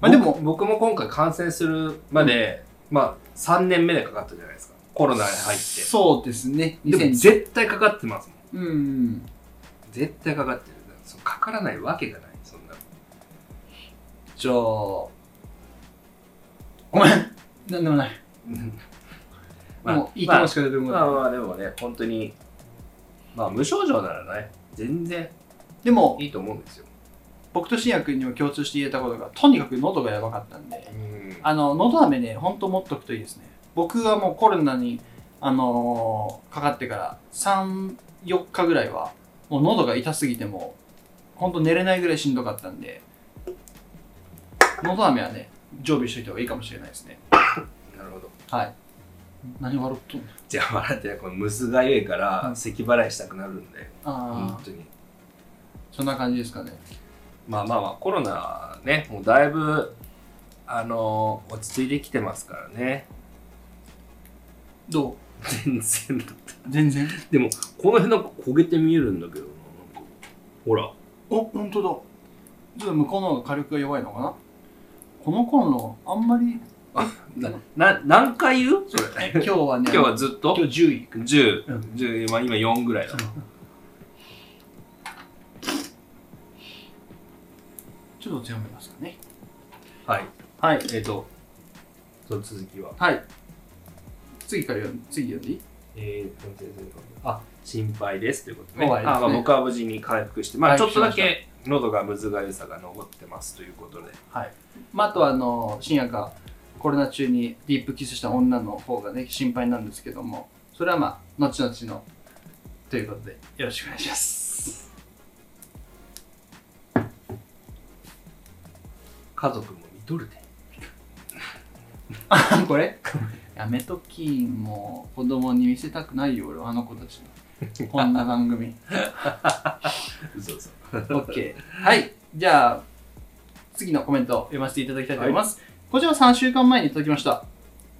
B: まあでも、
A: 僕僕も今回感染するまで、まあ、3年目でかかったじゃないですかコロナに入って
B: そうですね。
A: でも
B: 2000
A: 絶対かかってますもん
B: うん。
A: 絶対かかってるそのかからないわけがないそんな
B: じゃあ、ごめん。なんでもない。
A: まあ
B: もう、いいと
A: まあ
B: こしか出てこ
A: まあ
B: ない。
A: まあでもね、本当に、まあ無症状ならね、全然
B: でも、
A: いいと思うんですよ。
B: 僕と深夜君にも共通して言えたことが、とにかく喉がやばかったんで。
A: うん
B: あの、喉飴ね、ほんと持っとくといいですね。僕はもうコロナに、あのーかかってから3、4日ぐらいは、もう喉が痛すぎてもう、ほんと寝れないぐらいしんどかったんで、喉飴はね、常備しといた方がいいかもしれないですね。
A: なるほど。
B: はい。何笑っとんの
A: じゃあ笑ってね、このむすがゆいから、咳払いしたくなるんで、
B: あ
A: 本
B: あ、
A: 当に。
B: そんな感じですかね。
A: まあまあまあ、コロナね、もうだいぶ、あのー落ち着いてきてますからね。
B: どう
A: 全然だって。
B: 全然。
A: でも、この辺なんか焦げて見えるんだけどな、なんか。ほら。
B: お、ほんとだ。ちょっと向こうの方が火力が弱いのかなこの頃の、あんまり、
A: な、な何回言うそれ。
B: 今日は
A: 今
B: ね、
A: 日はずっと
B: 今日10位。
A: 10、
B: うん
A: 10まあ今4ぐらいだ。
B: ちょっと強めますかね。
A: はい。
B: はい。
A: えっ、と、その続きは。
B: はい。次から読ん次読んでいい
A: えー、先生あ心配ですということね。
B: 終わりですね
A: あまあ、僕は無事に回復して、まあ、
B: 回
A: ちょ
B: 復
A: っ
B: し
A: と
B: ま
A: だ
B: した
A: け喉がむずがゆさが残ってますということで。
B: はい。まあ、あとは、あの、深夜がコロナ中にディープキスした女の方がね、心配 なんですけども、それはまあ、後々の、ということで、よろしくお願いします。
A: 家族も見とるで。
B: これやめときもう子供に見せたくないよ俺はあの子たち にこんな番組
A: 嘘嘘。
B: OK はいじゃあ次のコメントを読ませていただきたいと思います、こちら3週間前にいただきました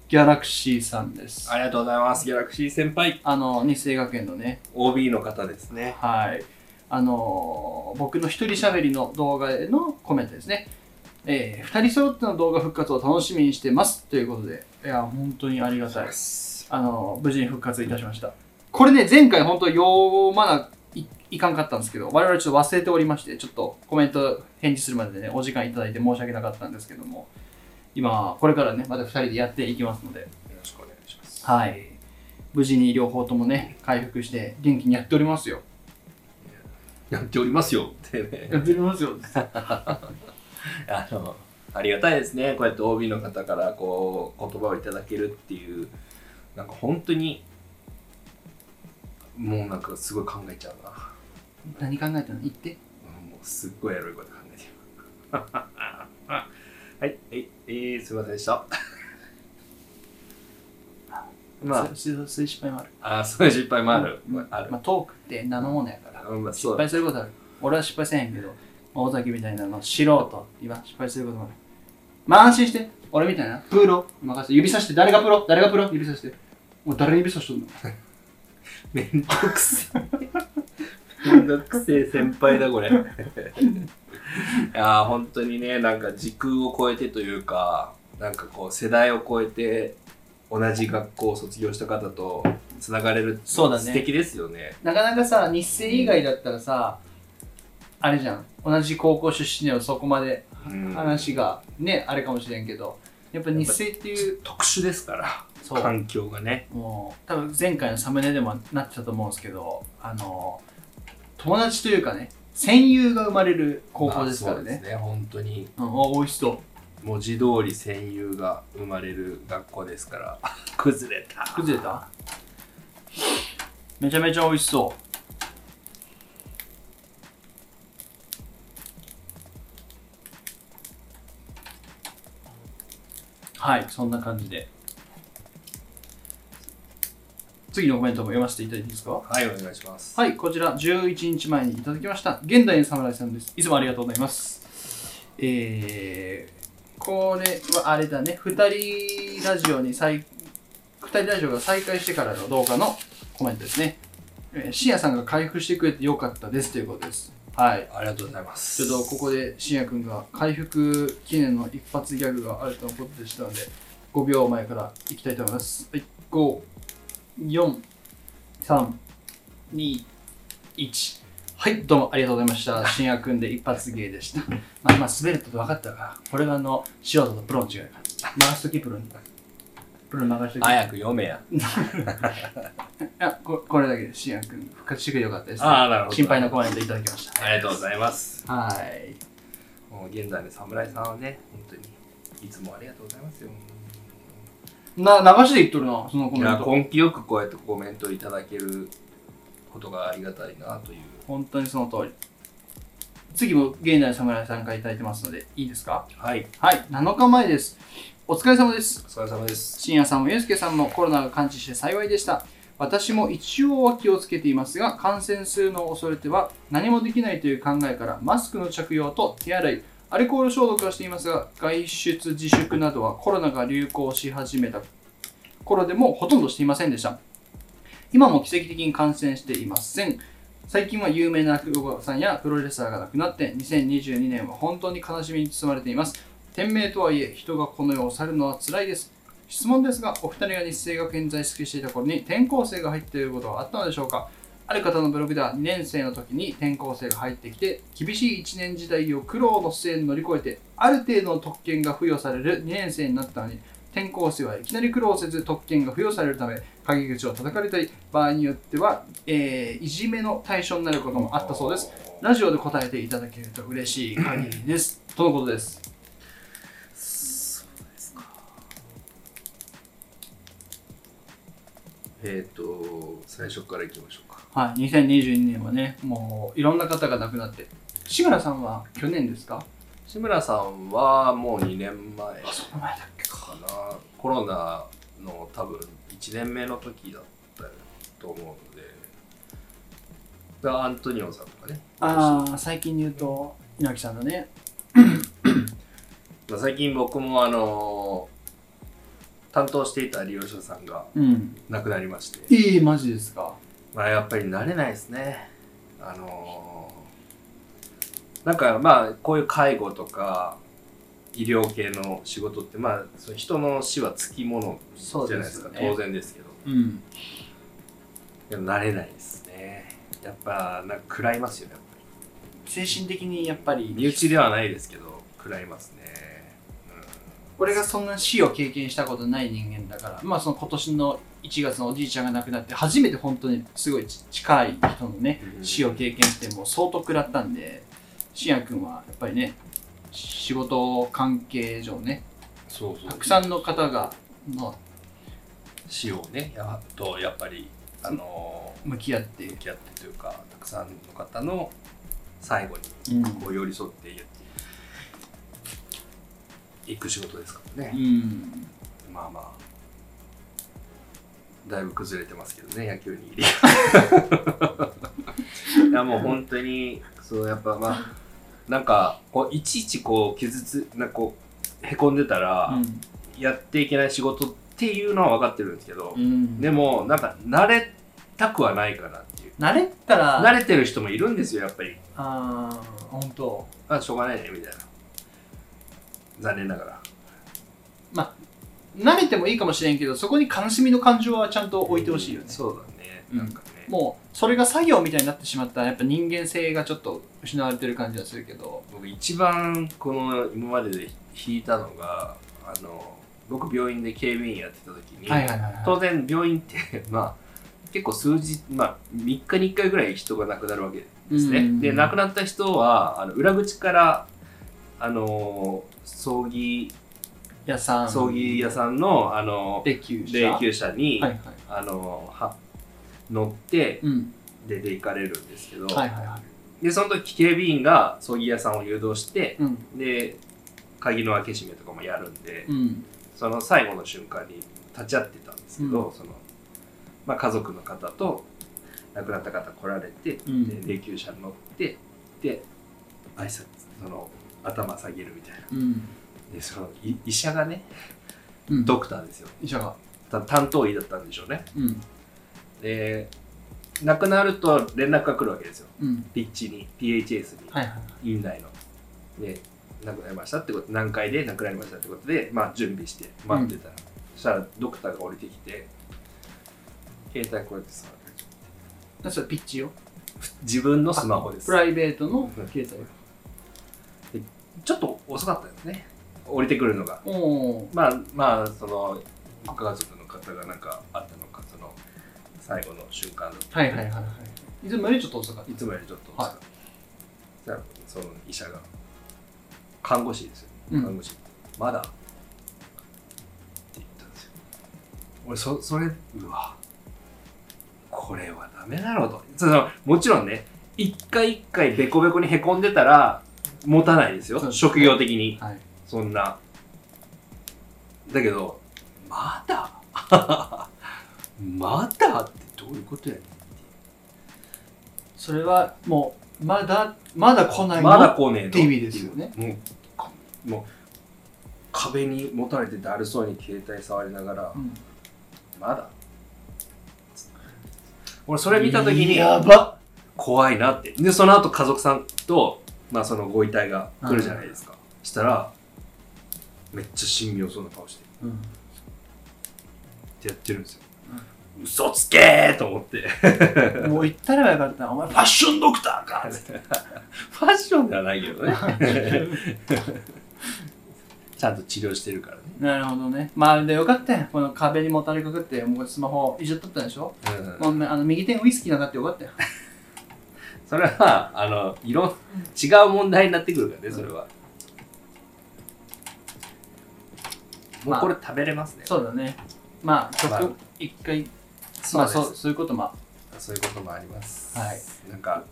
B: ギャラクシーさんです
A: ありがとうございます。ギャラクシー先輩、
B: あの日生学園のね
A: OB の方ですね。
B: はい。あのー僕の一人喋りの動画へのコメントですね。えー二人揃っての動画復活を楽しみにしてます。ということで、いや、本当にありがたい。あのー無事に復活いたしました。これね、前回本当読まないいかんかったんですけど、我々ちょっと忘れておりまして、ちょっとコメント返事するまでね、お時間いただいて申し訳なかったんですけども、今、これからね、また二人でやっていきますので、
A: よろしくお願いします。
B: はい。無事に両方ともね、回復して元気にやっておりますよ。
A: やっておりますよってね。
B: やっておりますよ。
A: あの、ありがたいですね。こうやって OB の方からこう、言葉をいただけるっていう、なんか本当に、もうなんかすごい考えちゃうな。
B: 何考えたの言って。
A: もうすっごいエロいこと考えてる。 はい、はい、えー、すいませんでした。まあ、
B: そうそういう失敗もある。
A: あーそういう失敗もある。ある
B: ま。あ、トークって生ものやから。
A: うんまあ、そ
B: 失
A: うだ
B: 敗することある。俺は失敗せへんけど、まあ尾崎みたいなの素人、今失敗することもある。まあ安心して。俺みたいな。プロ。任せて。指さして。誰がプロ誰がプロ指さして。もう誰に指さしとんの
A: めんどくせえ。めんどくせえ先輩だ、 これ。いやー、本当にね、なんか時空を超えてというか、なんかこう、世代を超えて、同じ学校を卒業した方とつながれるって
B: そうだね
A: 素敵ですよね。
B: なかなかさ、日生以外だったらさ、あれじゃん。同じ高校出身でもそこまで
A: うん
B: 話がね、あれかもしれんけど、やっぱ日生っていう、
A: 特殊ですから、
B: そう
A: 環境がね。
B: もう多分前回のサムネでもなってたと思うんですけどあの友達というかね戦友が生まれる高校ですから
A: まあそう
B: ね,、
A: ですね本当に
B: うん、お美味しそう
A: 文字通り戦友が生まれる学校ですから崩れた
B: 崩れためちゃめちゃ美味しそうはいそんな感じで次のコメントも読ませていただいていいですか
A: はいお願いします
B: はい、こちら11日前にいただきました。現代の侍さんです。いつもありがとうございます。えー、これはあれだね、2人ラジオに再、2人ラジオが再開してからの動画のコメントですね。えー、深夜さんが回復してくれてよかったですということです。はい。
A: ありがとうございます
B: ちょっとここで深夜くんが回復記念の一発ギャグがあるとのことでしたので、5秒前からいきたいと思います。はい、5、4、3、2、1。はい、どうもありがとうございました。深夜くんで一発芸でした。 まあ、今滑ること分かったから、これがあの、素人とプロの違いか。回すときプロに。プロに回すとき。
A: 早く読めや
B: あここれだけです。深夜くん復活してくれてよかったです。
A: あーなるほど
B: 心配なコメントいただきました。
A: ありがとうございます
B: はい。
A: もう現代の侍さんはね本当にいつもありがとうございますよ
B: な、流しで言っとるな、そのコ
A: い
B: メン
A: や
B: ト。
A: 根気よくこうやってコメントいただけることがありがたいなという
B: 本当にその通り次も現代侍さんからいただいてますのでいいですか
A: はい
B: はい7日前ですお疲れ様です
A: お疲れ様です
B: 深夜さんもゆうすけさんもコロナが完治して幸いでした私も一応は気をつけていますが感染するのを恐れては何もできないという考えからマスクの着用と手洗いアルコール消毒はしていますが外出自粛などはコロナが流行し始めた頃でもほとんどしていませんでした今も奇跡的に感染していません最近は有名な落語家さんやプロレスラーが亡くなって2022年は本当に悲しみに包まれています天命とはいえ人がこの世を去るのは辛いです質問ですがお二人が日生学園在籍していた頃に転校生が入っていることはあったのでしょうかある方のブログでは2年生の時に転校生が入ってきて厳しい1年時代を苦労の末に乗り越えてある程度の特権が付与される2年生になったのに転校生はいきなり苦労せず特権が付与されるため陰口を叩かれたり場合によっては、えーいじめの対象になることもあったそうですラジオで答えていただけると嬉しい限りです。とのことです。
A: そうですかえっ、と最初からいきましょうか
B: はい、2022年はね、もういろんな方が亡くなって。志村さんは去年ですか
A: 志村さんはもう2年前
B: あ、
A: か
B: その前だっけ
A: なコロナの多分1年目の時だったと思うのでだからアントニオさんとかね
B: ああ、最近で言うと、猪木さんのね。
A: まあ最近僕もあのー担当していた利用者さんが
B: うん。
A: 亡くなりまして、
B: いい、マジですか。
A: まあ、やっぱり慣れないですねあのーなんかまあこういう介護とか医療系の仕事ってまあその人の死はつきものじゃないですか
B: そうですよね
A: 当然ですけど
B: うん。
A: でも慣れないですねやっぱなんか食らいますよねやっぱ
B: 精神的にやっぱ
A: り
B: り、
A: 身内ではないですけど食らいますね、
B: 俺がそんな死を経験したことない人間だから、まあその今年の1月のおじいちゃんが亡くなって、初めて本当にすごい近い人のね、
A: うん
B: 死を経験してもう相当食らったんで、しんやくんはやっぱりね、仕事関係上ね、
A: そうそう
B: たくさんの方が、まあ、
A: 死をねやっとやっぱりあの
B: 向き合って
A: 向、き合ってというかたくさんの方の最後に
B: うん
A: こう寄り添っていく仕事ですからね、
B: うん、
A: まあまあだいぶ崩れてますけどね野球 に入りいやもう本当にそうやっぱまあなんかこういちいちこう傷つなんかこうへこんでたら、
B: うん
A: やっていけない仕事っていうのは分かってるんですけど、
B: うん、
A: でもなんか慣れたくはないかなっていう
B: 慣れたら
A: 慣れてる人もいるんですよやっぱり
B: ああ本当
A: あしょうがないねみたいな残念ながら
B: 慣れてもいいかもしれんけどそこに悲しみの感情はちゃんと置いてほしいよね、
A: そうだね
B: うん
A: なんかね、
B: もうそれが作業みたいになってしまったらやっぱ人間性がちょっと失われてる感じはするけど
A: 僕一番この今までで引いたのがあの僕病院で警備員やってた時に、
B: いはいは
A: 当然病院って まあ結構数日まあ3日に1回ぐらい人が亡くなるわけですね、
B: うん
A: で亡くなった人はあの裏口からあの葬儀
B: 屋さん
A: 葬儀屋さんのあの
B: で旧車
A: 霊柩車に、
B: はいはい
A: あのは乗って
B: うん
A: 出て行かれるんですけど、
B: はいはいはい
A: でその時警備員が葬儀屋さんを誘導して
B: うん
A: で鍵の開け閉めとかもやるんで、
B: うん
A: その最後の瞬間に立ち会ってたんですけど、そのまあ、家族の方と亡くなった方来られて、
B: うん
A: で霊柩車に乗ってで挨拶その頭下げるみたいな
B: うん
A: でそのい医者がね
B: うん
A: ドクターですよ
B: 医者が
A: た担当医だったんでしょうね
B: うん
A: で亡くなると連絡が来るわけですよ
B: うん
A: ピッチに PHS に、
B: はいはいはい
A: 院内ので亡くなりましたってこと何回で亡くなりましたってことで、まあ、準備して待ってたら、そしたらドクターが降りてきて携帯こうやって触る
B: でそれピッチよ
A: 自分のスマホです
B: プライベートの携
A: ちょっと遅かったですね降りてくるのが
B: 帯おお
A: まあまあそのご家族の方が何かあったのかその最後の瞬間だった
B: はいはいはいはいいつもよりちょっと遅かった
A: いつもよりちょっと遅
B: はい
A: かった、そしたらその医者が看護師ですよ
B: うん
A: 看護師、まだって言ったんですよ俺そそれうわこれはダメだろうとそのもちろんね一回一回ベコベコにへこんでたら持たないですよ
B: そうですね
A: 職業的に
B: はい
A: そんなだけどまだ まだってどういうことやねん
B: それはもうまだまだ来ないの
A: まだ来ねえの
B: って意味ですよね
A: もうかもう壁に持たれてだるそうに携帯触りながら
B: うん
A: まだ俺それ見た時に
B: やば
A: 怖いなってでその後家族さんと、まあ、そのご遺体が来るじゃないですか、したらめっちゃ神妙そうな顔して
B: うん
A: ってやってるんですよ、嘘つけーと思って
B: もう言ったらよかったお前
A: ファッションドクターかっつって ファッションではないけどね ちゃんと治療してるからね
B: なるほどねまあでよかったよこの壁にもたれかかってもうスマホいじっとったでしょ、
A: うん
B: もうねあの右手ウイスキーなんだってよかったよ
A: それはあのいろん違う問題になってくるからねそれは、も
B: ま
A: う
B: あ
A: これ食べれますね、
B: そうだねまあ
A: まあ
B: 曲一回
A: そう
B: まあ
A: です
B: そうそういうことま
A: そういうこともあります
B: はい
A: なんか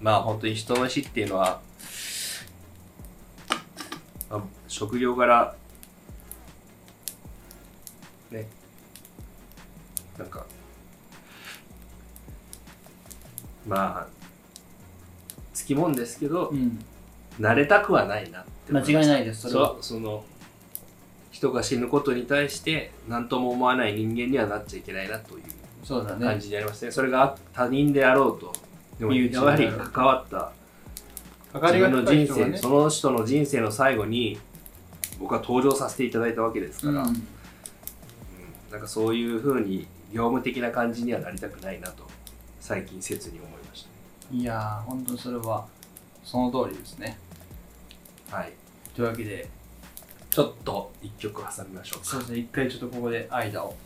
A: まあ本当に人の死っていうのは職業柄ねなんかまあつきもんですけど、
B: うん。
A: 慣れたくはないなって
B: 間
A: 思いま
B: 違
A: し
B: い
A: た
B: ないです、それは。
A: そうその人が死ぬことに対して何とも思わない人間にはなっちゃいけないなという
B: そうだ
A: 感
B: ね。
A: じになりますねそれが他人であろうとでも
B: 身内で
A: や
B: あろう
A: はり関わった
B: かか
A: 自
B: りが
A: 分
B: か
A: の
B: かる
A: 人
B: 人が
A: 生
B: ね。
A: その人の人生の最後に僕は登場させていただいたわけですから、
B: う
A: うん
B: ん
A: なんかそういうふうに業務的な感じにはなりたくないなと最近切に思いまし
B: いやー、本当にそれは、その通りですね。
A: たはい
B: というわけで、
A: ちょっと一曲挟みましょう
B: そう
A: か
B: ですね、一回ちょっとここで間を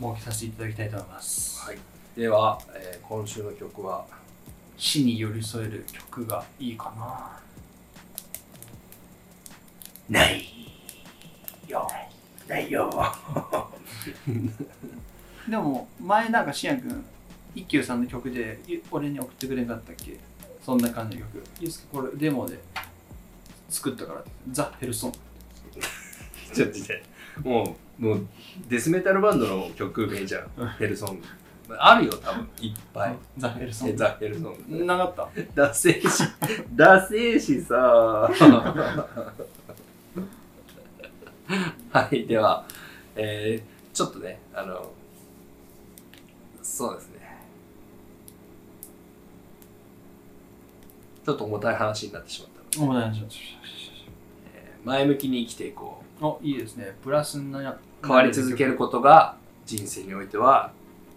B: 設けさせていただきたいと思います。
A: はいでは、えー今週の曲は
B: 死に寄り添える曲がいいかな。
A: ないよないよ
B: でも前なんかしやくん一休さんの曲でゆ俺に送ってくれんかったっけそんな感じの曲ゆうすけこれデモで作ったからってザ・ヘルソン
A: ちょっと待ってもうもうデスメタルバンドの曲名じゃんヘルソングあるよ多分いっぱい、
B: ザ・ヘルソ
A: え
B: ン
A: ザ・ヘルソング
B: なかった
A: ダセーし、ダセーしさ。 はい、では、えー、ちょっとね、あの、そうですね。ちょっと重たい話になってしまったので、
B: お大丈
A: えー前向きに生きていこう。
B: 夫おいいですねプラスになる
A: 変わり続けることが人生においては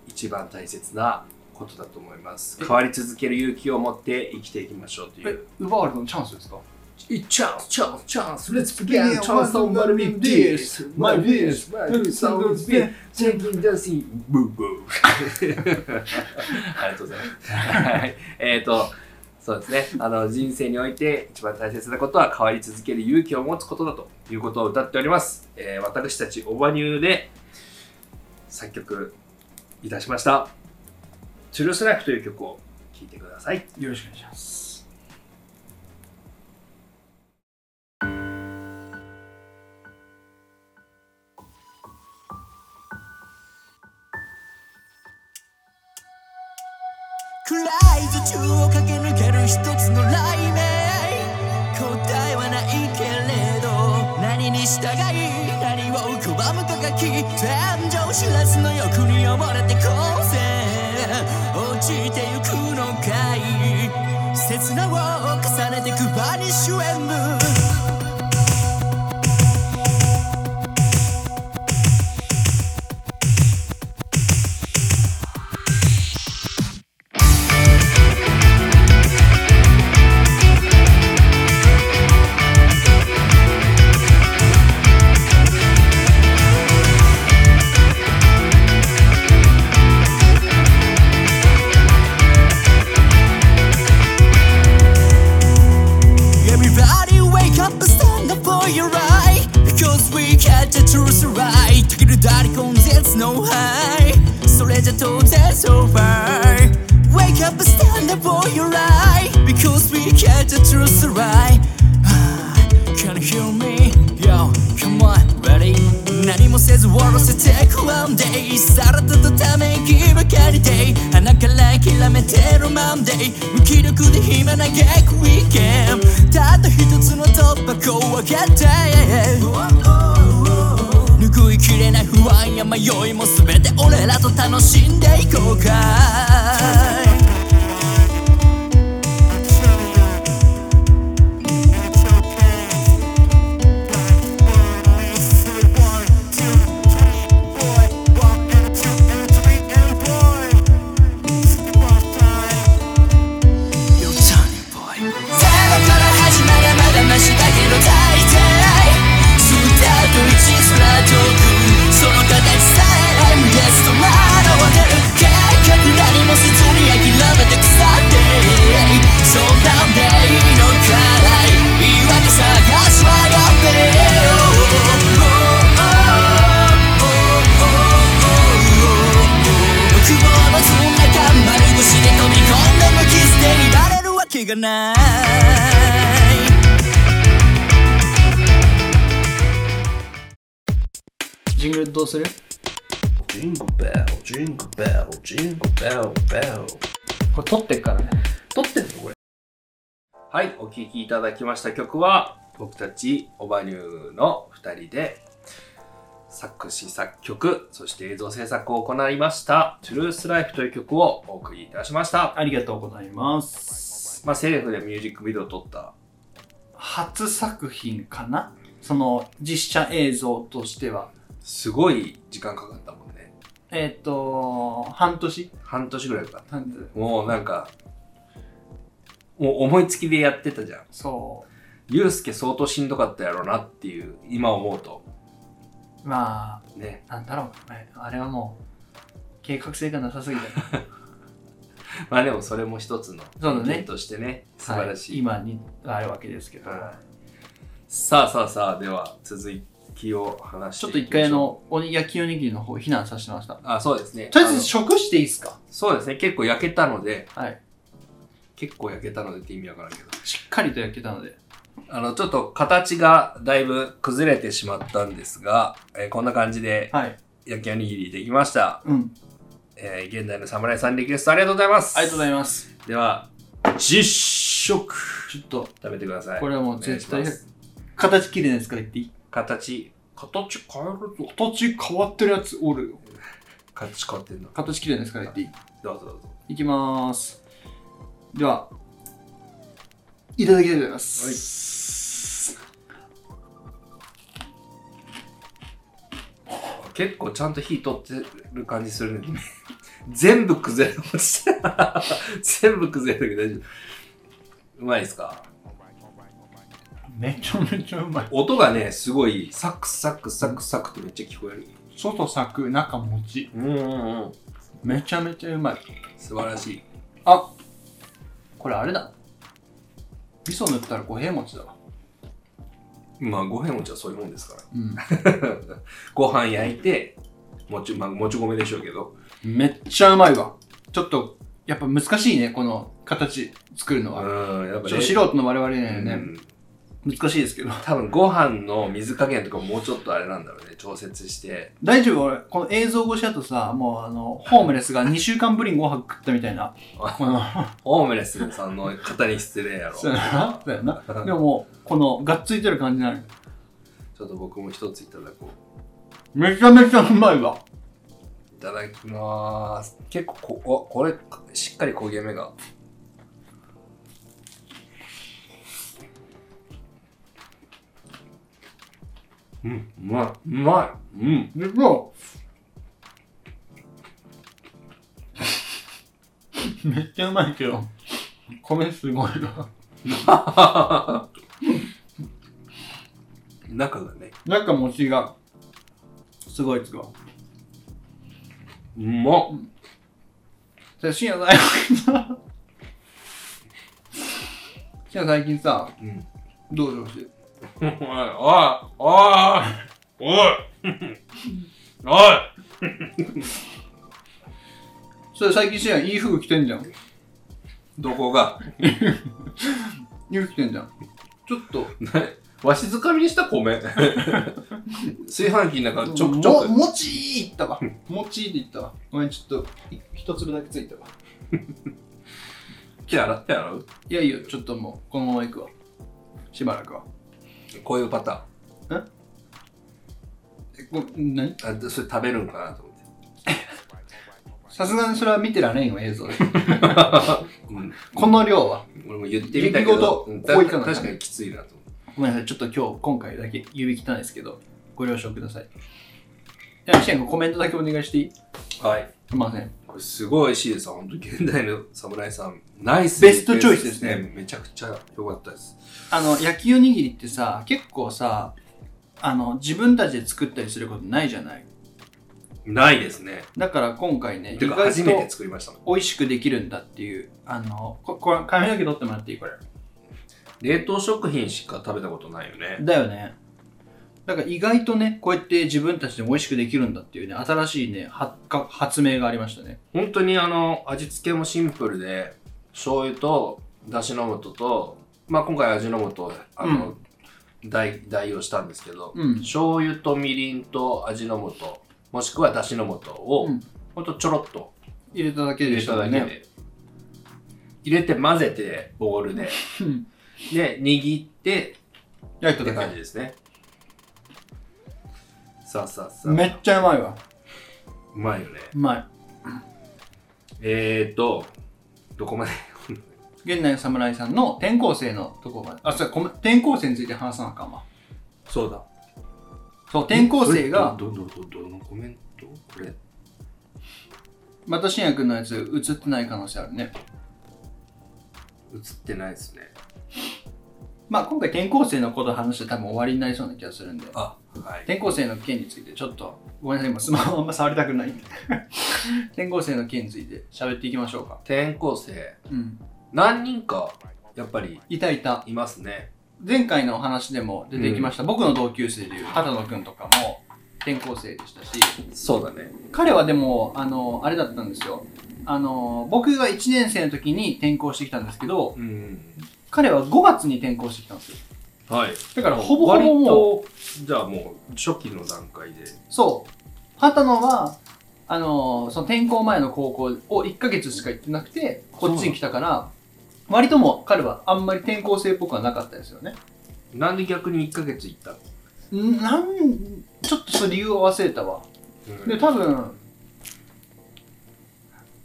A: 一番大切なことだと思います。変わり続ける勇気を持って生きていきましょうとい
B: え
A: う。
B: 奪われたのチャンスですか
A: チャンス、チャンス、チャンス、
B: Let's begin chance on what we did. My views, my views, my views, my
A: チェンキンダンシン、ブーブ ー。ありがとうございます。はいえっと、そうですね。あの、人生において一番大切なことは変わり続ける勇気を持つことだということを歌っております。えー私たちオバニューで作曲いたしました。トゥルースライフという曲を聴いてください。
B: よろしくお願いします
D: 暗い途中を駆け抜ける一つの雷鳴答えはないけれど何に従い何を拒むかがき天井知らずの欲に溺れて光線落ちてゆくのかい刹那を重ねてくバニッシュエンブEverybody wake up and stand up for your right Because we catch the truth right だけど誰根絶の high それじゃ当然 over Wake up and stand up for your right Because we catch the truth right Ah, Can you hear me? Yo, come on, ready? 何もせず終わらせてくワンデイさらたとため息ばかりで鼻からきらめてるマンデイ無気力で暇なゲークウィーケンたった一つの突破口を開けて拭いきれない不安や迷いも全て俺らと楽しんでいこうか背後から始まりゃまだマシだけど大体スタート位置すら遠くその形さえないゲストまだわかる結局何もせずに諦めて腐ってそんなんでいいのかい言い訳探しはやめよう僕もそんな頑張る腰で飛び込んだ無機捨ていられるわけがない
B: ジングルどうする
E: Jingle bell, jingle bell, jingle bell, bell.
B: これ撮ってっからね。
E: 撮ってんのこれ。
A: はい、お聴きいただきました曲は、僕たちオバニューの2人で、作詞作曲、そして映像制作を行いました、Truth Life という曲をお送りいたしました。
B: ありがとうございます。
A: まあ、セレフでミュージックビデオを撮った。
B: 初作品かなその実写映像としては。
A: すごい時間かかったもんね。
B: えっ、と、半年
A: 半年ぐらいかかっ
B: 半年
A: た。もうなんか、もう思いつきでやってたじゃん。
B: そ
A: ゆうすけ相当しんどかったやろうなっていう、今思うと。
B: う。まあ、
A: ね。
B: なんだろうね。あれはもう、計画性がなさすぎ て。
A: まあでもそれも一つの
B: そうだね
A: 経験としてね、素晴らしい。
B: は今にあるわけですけど。
A: さあさあさあでは続きを話して
B: ちょ
A: い
B: っと一
A: きま
B: 回あ
A: しょ
B: の、おに焼きおにぎりの方避難させてました。
A: うあそうですね
B: とりあえず
A: あの
B: 食していいですか
A: そうですね結構焼けたので
B: はい。
A: 結構焼けたのでって意味わからんけど
B: しっかりと焼けたので。
A: あのちょっと形がだいぶ崩れてしまったんですが、えーこんな感じで
B: はい。
A: 焼きおにぎりできました、
B: うん。
A: えー現代の侍さんリクエストありがとうございます
B: ありがとうございます。
A: では実食
B: ちょっと、
A: 食べてください
B: これはもう絶対
A: お願いします
B: 形綺麗なやつから言っていい
A: 形形変えるぞ
B: 形変わってるやつおるよ。
A: 形変わってんの
B: 形綺麗なやつから言っていい
A: どうぞどうぞ
B: いきまーす。では、いただきたいと思います。
A: 結構ちゃんと火取ってる感じするね。全部崩れ落ちた。全部崩れたけど大丈夫。うまいですか
B: めちゃめちゃうまい。
A: 音がね、すごいサクサクサクサクってめっちゃ聞こえる。
B: 外咲く、中もち。
A: うんうんうん。
B: めちゃめちゃうまい。
A: 素晴らしい。
B: あこれあれだ。味噌塗ったら五平餅だわ。
A: まあ、ご飯餅はそういうもんですから。
B: うん。
A: ご飯焼いて、もち、まあ、もち米でしょうけど。
B: めっちゃうまいわ。ちょっと、やっぱ難しいね、この形作るの
A: う
B: は。
A: ん、やっぱ
B: ち
A: ね
B: ょっと素人の我々には
A: う
B: ね、
A: ん
B: 難しいですけど。
A: 多分ご飯の水加減とかもうちょっとあれなんだろうね。調節して。
B: 大丈夫俺、この映像越しだとさ、もうあの、ホームレスが2週間ぶりにご飯食ったみたい な。この、
A: ホームレスさんの方に失礼やろ。
B: そうやな。そうやな。でももう、この、がっついてる感じになる。
A: ちょっと僕も一ついただこう。
B: めちゃめちゃうまいわ。
A: いただきます。結構こ、おこれ、しっかり焦げ目が。うん、うまい。うまい。うん。
B: でも、 めっちゃうまいけど、米すごいわ。
A: 中がね、
B: なんか餅が、すごいつくわ。
A: うまっ。
B: じゃあ、しんや最近さ、しんや最近さ、
A: うん。
B: どうしてほしい
A: おい、おい、おい、おい、おい。
B: それ最近しんやいい服着てんじゃん。い
A: どこが
B: い服着てんじゃん。ちょっと、
A: わしづかみにした米。 炊飯器の中ちょくちょ
B: も
A: く。
B: もちーいったわ。もちーっていったわ。ごめん、ちょっと、い一粒だけついたわ。
A: 手洗って洗う
B: いやいいよ、ちょっともう、このまま行くわ。しばらくは。
A: こういうパタ
B: え、こ何
A: ーン。あでそれ食べるんかなと思って。
B: さすがにそれは見てられんよ、映像 で。
A: うん、
B: この量は。
A: 俺も言ってみたけ
B: 指ご
A: ど
B: と、
A: うん
B: こ
A: た
B: ういかな
A: 確かにきついなと思う。
B: ごめんなさい、ちょっと今日、今回だけ指汚いですけど、ご了承ください。じゃあ、シェン君コメントだけお願いしていいす
A: はい。
B: いません。
A: これすごい美味しいです。本当現代の侍さん、ナイス
B: ベストチョイスですね
A: ベトめちゃくちゃ良かったです。
B: あの、焼きおにぎりってさ、結構さ、あの、自分たちで作ったりすることないじゃない
A: ないですね。
B: だから今回ね、
A: て
B: 意
A: か
B: 外
A: 初め
B: と
A: て作りましたもん。
B: 美味しくできるんだっていう、あの、ここれ髪の毛取ってもらっていいこれ。
A: 冷凍食品しか食べたことないよね。
B: だよね。だから意外とね、こうやって自分たちでも美味しくできるんだっていうね、新しいね、発か発明がありましたね。
A: 本当にあの、味付けもシンプルで、醤油と、だしの素と、まあ今回味の素、あの、代代用したんですけど、
B: うん
A: 醤油とみりんと味の素もしくはだしの素を、
B: うん
A: ほんとちょろっと
B: 入れただけ
A: 入
B: で
A: れ
B: したた
A: だ
B: もん
A: けで、
B: ね。
A: 入れて混ぜてボウルで
B: うん
A: で握って
B: 焼
A: っ
B: い
A: て
B: ただ
A: 感
B: け
A: じですねさあさあさあ
B: めっちゃうまいわ。
A: うまいよね
B: うまい。
A: えーとどこまで
B: 現代の侍さんの転校生のとこまで。あ、そう、こめ転校生について話さなあかんわ。
A: そうだ
B: そう、転校生が、
A: どどどどどのコメントこれ
B: また信也君のやつ映ってない可能性あるね。
A: 映ってないですね
B: まあ今回転校生のことを話して多分終わりになりそうな気がするんで。
A: あはい
B: 転校生の件についてちょっと、ごめんなさい、今スマホあんま触りたくない んで。転校生の件について喋っていきましょうか。
A: 転校生
B: うん。
A: 何人かやっぱり
B: いたいた。
A: いますね
B: 前回のお話でも出てきました、僕の同級生でいう畑野くんとかも転校生でしたし、
A: そうだね
B: 彼はでも、あの、あれだったんですよ。あの、僕が1年生の時に転校してきたんですけど、
A: うん
B: 彼は5月に転校してきたんですよ。
A: はい
B: だからほぼほぼ
A: 割
B: もう、
A: とじゃあもう初期の段階で
B: そう。畑野は、あのーその転校前の高校を1ヶ月しか行ってなくて、こっちに来たから、割とも彼はあんまり転校生っぽくはなかったですよね。
A: なんで逆に1ヶ月行ったの、
B: んなん、ちょっとその理由を忘れたわ。で、多分、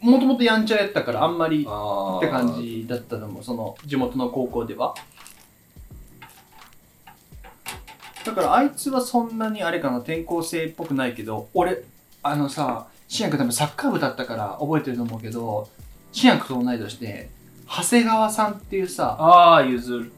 B: もともとやんちゃやったからあんまり
A: あー
B: って感じだったのも、その地元の高校では。だからあいつはそんなにあれかな、転校生っぽくないけど、俺、あのさ、新薬多分サッカー部だったから覚えてると思うけど、新薬と同い年で、長谷川さんっていうさ、
A: ああ譲る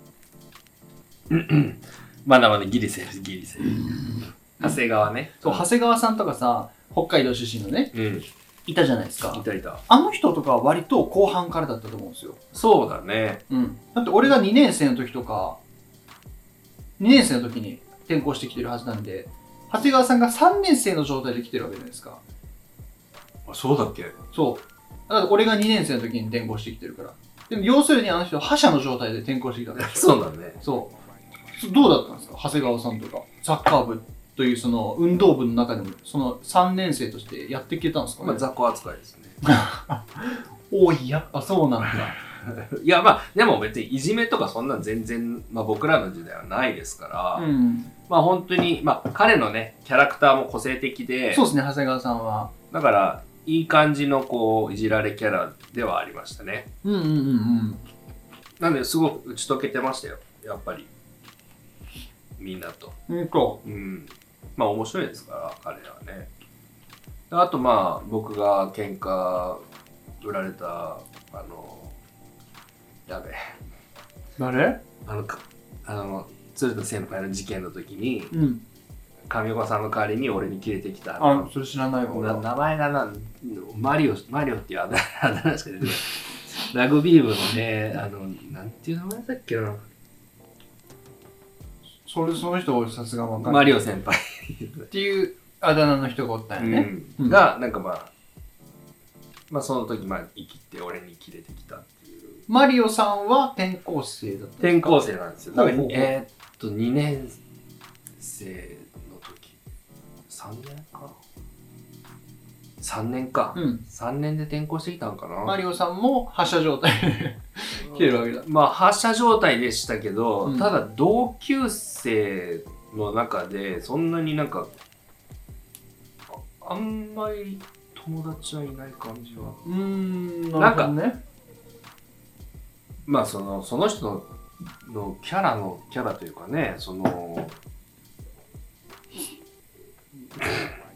A: うんうんまだまだギリセーフギリセーフ長谷川ね
B: そう長谷川さんとかさ、北海道出身のね、
A: うんい
B: いたじゃないですか。
A: たいた
B: あの人とかは割と後半からだったと思うんですよ。
A: そうだね
B: うん。だって俺が2年生の時とか、2年生の時に転校してきてるはずなんで、長谷川さんが3年生の状態で来てるわけじゃないですか。
A: あそうだっけ
B: そう。だから俺が2年生の時に転校してきてるから。でも要するにあの人、覇者の状態で転校してきたんです
A: そうだね
B: そう。そどうだったんですか長谷川さんとか。サッカー部というその運動部の中でも、その3年生としてやってきてたんですかね、
A: まあ雑魚扱いですね
B: おい、やっぱそうなんだ。
A: いやまあでも別にいじめとかそんなん全然、まあ、僕らの時代はないですから、
B: うん。
A: まあ本当にまあ彼のねキャラクターも個性的で
B: そうですね、長谷川さんは。
A: だからいい感じのこういじられキャラではありましたね
B: うんうんうんうん。
A: なんですごく打ち解けてましたよやっぱりみんなと
B: うんと。
A: うんまあ面白いですから彼らはねであとまあ僕が喧嘩売られたあのやべえ
B: 誰
A: あのかあの鶴田先輩の事件の時に
B: うん。
A: 上岡さんの代わりに俺に切れてきたあ
B: あ
A: の、
B: それ知らないわ。俺
A: な
B: は
A: 名前がなマリオマリオっていうあだあだ名しか出てこないラグビー部のねあのなんていう名前だっけな
B: それその人はさすがわかんな
A: マ
B: い。
A: リオ先輩
B: っていうあだ名の人がおったんやね。
A: うんがなんかまあまあその時まあ生きて俺に切れてきたっていう
B: マリオさんは転校生だった。
A: 転校生なんですよだから
B: ほうほうほう
A: えーっと2年生の時3年か3年か、
B: うん。
A: 3年で転校してきたんかな
B: マリオさんも発射状態 で来てるわけだ。
A: まあ発射状態でしたけど、
B: うん
A: ただ同級生の中でそんなになんかああんまり友達はいない感じは
B: うーん、
A: なんか
B: なるほどね。
A: まあそのその人ののキャラのキャラというかねその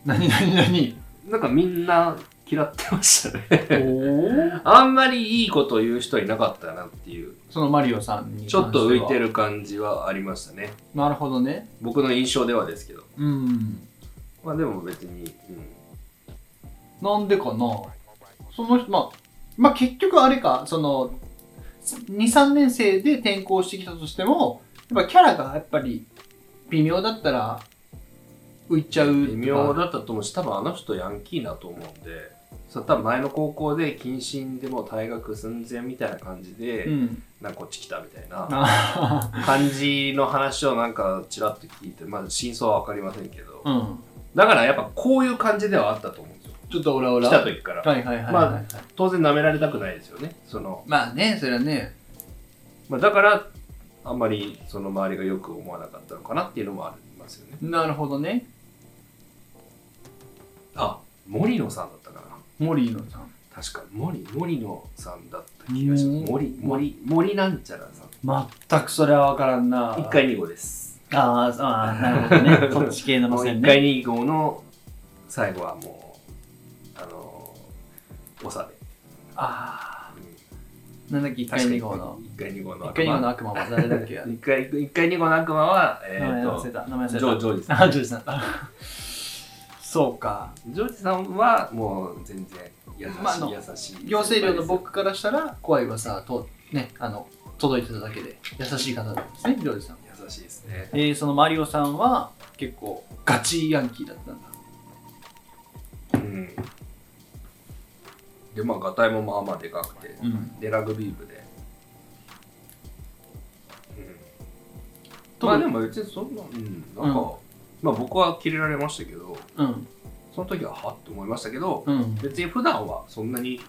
B: 何何何
A: なんかみんな嫌ってましたね
B: おー
A: あんまりいいこと言う人いなかったなっていう
B: そのマリオさんに関して
A: ちょ
B: は
A: っと浮いて。る感じはありましたね
B: なるほどね。
A: 僕の印象ではですけど
B: うん。
A: まあでも別に、うん、
B: なんでかなその人、まあ、まあ結局あれか、その、2、3年生で転校してきたとしても、やっぱキャラがやっぱり微妙だったら、浮いちゃう
A: 微妙
B: とか
A: だったと思うし多分あの人ヤンキーだと思うんでそれ多分前の高校で謹慎でもう退学寸前みたいな感じで、
B: うん
A: なんかこっち来たみたいな
B: あ
A: 感じの話をなんかちらっと聞いてまあ真相は分かりませんけど、
B: ーうん
A: だからやっぱこういう感じではあったと思うんですよ
B: ちょっとオラオラ
A: 来た時から、
B: はいはいはいはい、
A: まあ当然舐められたくないですよねその、
B: まあねそれはね
A: まあ、だからあんまりその周りがよく思わなかったのかなっていうのもありますよね
B: なるほどね
A: あ森野さんだったかな
B: モリーのさん
A: 確か森森野さんだった気がしま
B: うん
A: す森森森なんちゃらさん
B: 全くそれは分からんな
A: 1回2号です
F: あーあー、なるほどね。そ っち系の
A: も
F: 路
A: う
F: 線
A: 1
F: ね。
A: 回2号の最後はもうあのおさ
B: あ
A: べ、う
B: ーなんだっけ
A: ん
B: 1回2号の
A: 1回2号の
B: 1回2号の
A: 悪
B: 悪魔は誰だっけ
A: 魔一回一回2号の悪魔はえ
F: 名前
A: ー
F: 忘
A: と
F: れた。名前忘
A: ジ
F: れ
A: ョー
F: た。
A: ジョージさん
F: あ、ジョージさん。あ
B: そうか
A: ジョージさんはもう全然優しい、
B: まああの
A: 優しい
B: 行政寮の僕からしたら怖い噂とねあの届いてただけで優しい方なんですねジョージさん
A: 優しいですね
B: えー、そのマリオさんは結構ガチヤンキーだったんだ
A: うんでまあガタイもまあまあでかくて、
B: うん
A: でラグビー部で、うん、
B: と
A: まあでも別にそんな、うん、なんか、まあ僕はキレられましたけど、
B: うん
A: その時ははって思いましたけど、
B: うん
A: 別に普段はそんなに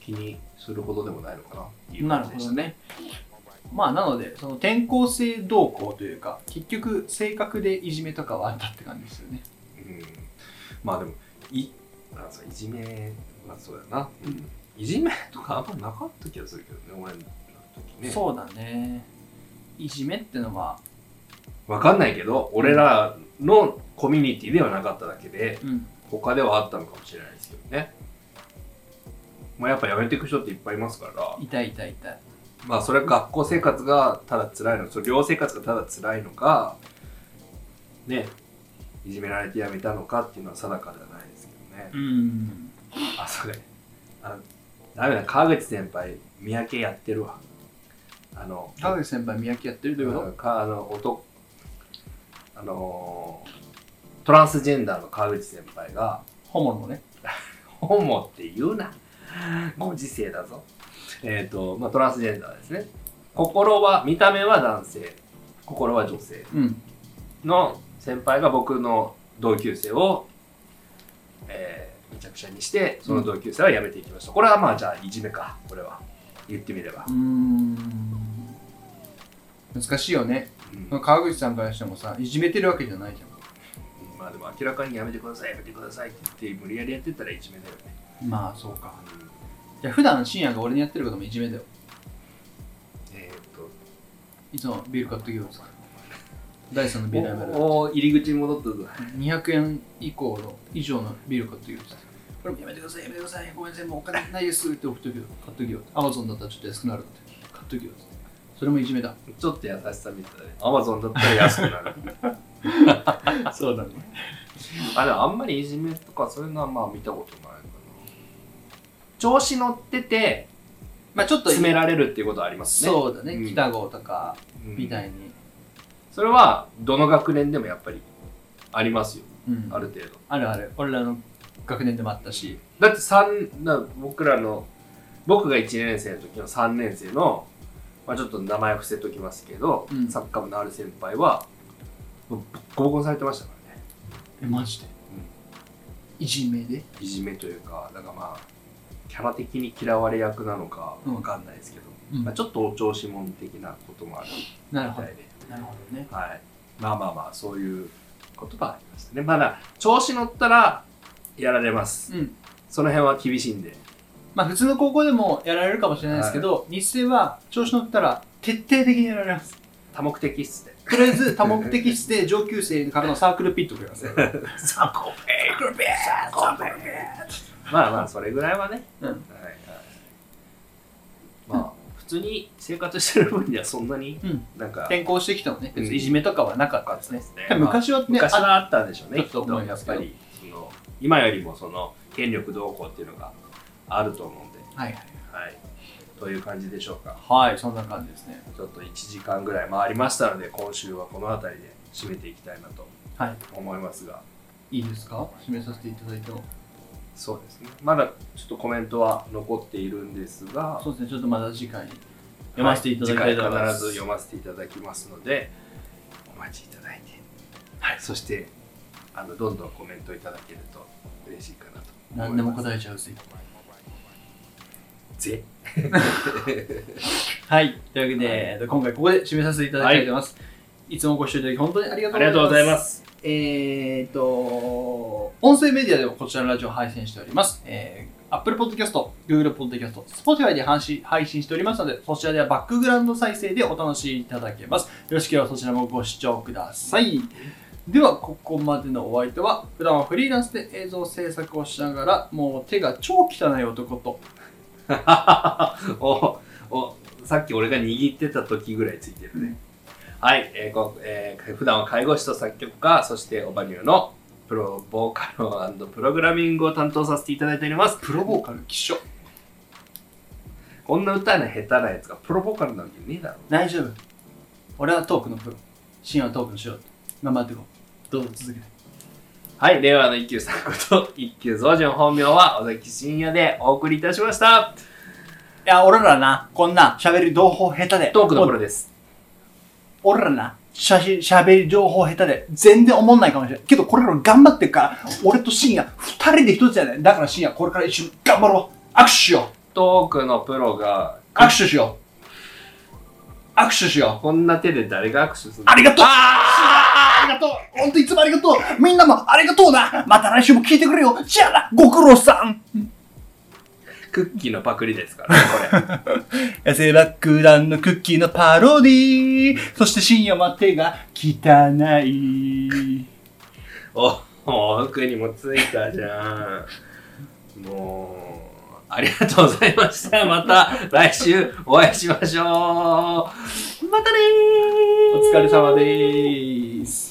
A: 気にするほどでもないのかなっていう
B: なる
A: 感じ
B: ほ
A: でし
B: ど
A: た。
B: ねまあなのでその転校生動向というか結局性格でいじめとかはあったって感じですよね
A: うん、まあでも、い、なんかいじめ、まあそうやな、うんいじめとかあんまなかった気がするけどね、俺の時ね。
B: そうだねいじめってのは
A: わかんないけど、俺らのコミュニティではなかっただけで、
B: うん
A: 他ではあったのかもしれないですけどね。まあやっぱ辞めていく人っていっぱいいますから、
B: 痛い痛い痛い
A: まあそれは学校生活がただ辛いの、それ寮生活がただ辛いのか、ね、いじめられて辞めたのかっていうのは定かではないですけどね。
B: うん
A: あ、そうね。あの、ダメだ、川口先輩、三宅やってるわ。あの、
B: 川口先輩三宅やってるということ
A: かあの男あのートランスジェンダーの川口先輩が
B: ホモのね
A: ホモって言うなご時世だぞえっ、と、まあ、トランスジェンダーですね心は見た目は男性心は女性
B: うん
A: の先輩が僕の同級生を、えーめちゃくちゃにしてその同級生は辞めていきました、これはまあじゃあいじめかこれは言ってみれば
B: う、ん難しいよね
A: うん
B: 川口さんからしてもさいじめてるわけじゃないじゃ
A: まあでも明らかにやめてくださいやめてくださいって言って無理やりやってったらいじめだよね
B: んまあそうかいや普段深夜が俺にやってることもいじめだよ
A: えーっと
B: いつもビール買ってきてくださいダイソンのビールやめる
A: おおー入り口に戻ったぞ
B: 200円以降の以上のビール買ってきてくださいこれもやめてくださいやめてくださいごめんなさいもうお金ないですって送っときよ買っときよアマゾンだったらちょっと安くなるって買っときよそれもいじめだ
A: ちょっと優しさみたいねアマゾンだったら安くなる
B: そうだね
A: あでもあんまりいじめとかそういうのはまあ見たことないかな調子乗ってて
B: まあちょっと
A: 詰められるっていうことはありますね
B: そうだね、
A: うん
B: 北郷とか
A: うん
B: みたいに、
A: それはどの学年でもやっぱりありますよ
B: うん
A: ある程度
B: あるある俺らの学年でもあったし
A: だって三な僕らの僕が1年生の時の3年生の、まあ、ちょっと名前伏せときますけど、
B: うん
A: サッカー部のある先輩はもうボッコボコにされてましたからね
B: えマジで、いじめで
A: いじめというかだからまあキャラ的に嫌われ役なのか
B: うん
A: わかんないですけど、
B: うん
A: まあ、ちょっとお調子者的なこともあるみ
B: なる
A: た
B: ほ
A: い
B: ど
A: で、
B: なるほどね
A: はい、まあまあまあそういうことがありましたねまだ調子乗ったらやられます
B: うん
A: その辺は厳しいんで
B: まあ普通の高校でもやられるかもしれないですけど、日生は調子乗ったら徹底的にやられます。
A: 多目的室で
B: とりあえず多目的室で上級生からのサークルピットくれます。
A: サコペーペーサコペーまあまあそれぐらいはね、
B: うん
A: はいはい、まあ普通に生活してる分にはそんなに
B: うん
A: なんか、
B: 転校してきてもね、別にいじめとかはなかったですね。
A: ね
B: 多分昔はね、
A: 昔
B: あ
A: はあったんでしょうね
B: ち
A: き
B: ょっと
A: っと
B: 思い
A: や
B: ま
A: っ
B: す
A: ぱ
B: けど
A: りその今よりもその権力動向っていうのがあると思うんで
B: はいはい。
A: はいという感じでしょうか
B: はい、そんな感じですね。
A: ちょっと1時間ぐらい回りましたので今週はこの辺りで締めていきたいなと
B: はい
A: 思いますが、
B: いいですか締めさせていただいても
A: そうですね。まだちょっとコメントは残っているんですが、
B: そうですねちょっとまだ次回
F: 読ませていただきたいと思い
A: は
F: ま
A: 次回必
F: す。
A: ず読ませていただきますので、お待ちいただいて、はい、そしてあのどんどんコメントいただけると嬉しいかなと思います。
B: 何でも答えちゃうぜ
A: ぜ。
B: はいというわけで、えっと今回ここで締めさせていただきたいと思います、い、つもご視聴いただき本当にありがと
A: あ
B: う
A: りがとう
B: ございます
A: ございます。
B: えー、と、音声メディアでもこちらのラジオを配信しております。えー Apple Podcast、Google Podcast、Spotify で配信配信しておりますので、そちらではバックグラウンド再生でお楽しみいただけます。よろしければそちらもご視聴ください。では、ここまでのお相手は、普段はフリーランスで映像制作をしながら、もう手が超汚い男と、
A: おおさっき俺が握ってた時ぐらいついてるね。はい、えーこえー普段は介護士と作曲家、そしてオバニューのプロボーカルプログラミングを担当させていただいております。
B: プロボーカル希少。
A: こんな歌の下手なやつがプロボーカルなわけねえだろ。
B: 大丈夫。俺はトークのプロ。シンはトークの素人。頑張っていこう。どうぞ続けて。
A: はい、令和の一休さんこと一休増順本名は尾崎真也でお送りいたしました。
B: いや、俺らな、こんな喋り情報下手で。
A: トークのプロです。
B: 俺らな、しゃし、喋り情報下手で、全然思んないかもしれない。けど、これから頑張ってるから、俺と深夜、二人で一つじゃない。だから深夜、これから一緒に頑張ろう。握手しよ
A: トークのプロが
B: う。握手しよう。握手しよう。
A: こんな手で誰が握手するの
B: ありがとうありがとう本当いつもありがとうみんなもありがとうなまた来週も聞いてくれよじゃあなご苦労さん
A: クッキーのパクリですからね、これ。
B: 痩せ爆弾のクッキーのパロディーそして深夜は手が汚い。
A: お、お奥にもついたじゃん。もう、ありがとうございました。また来週お会いしましょう。またねー
B: お疲れ様でーす。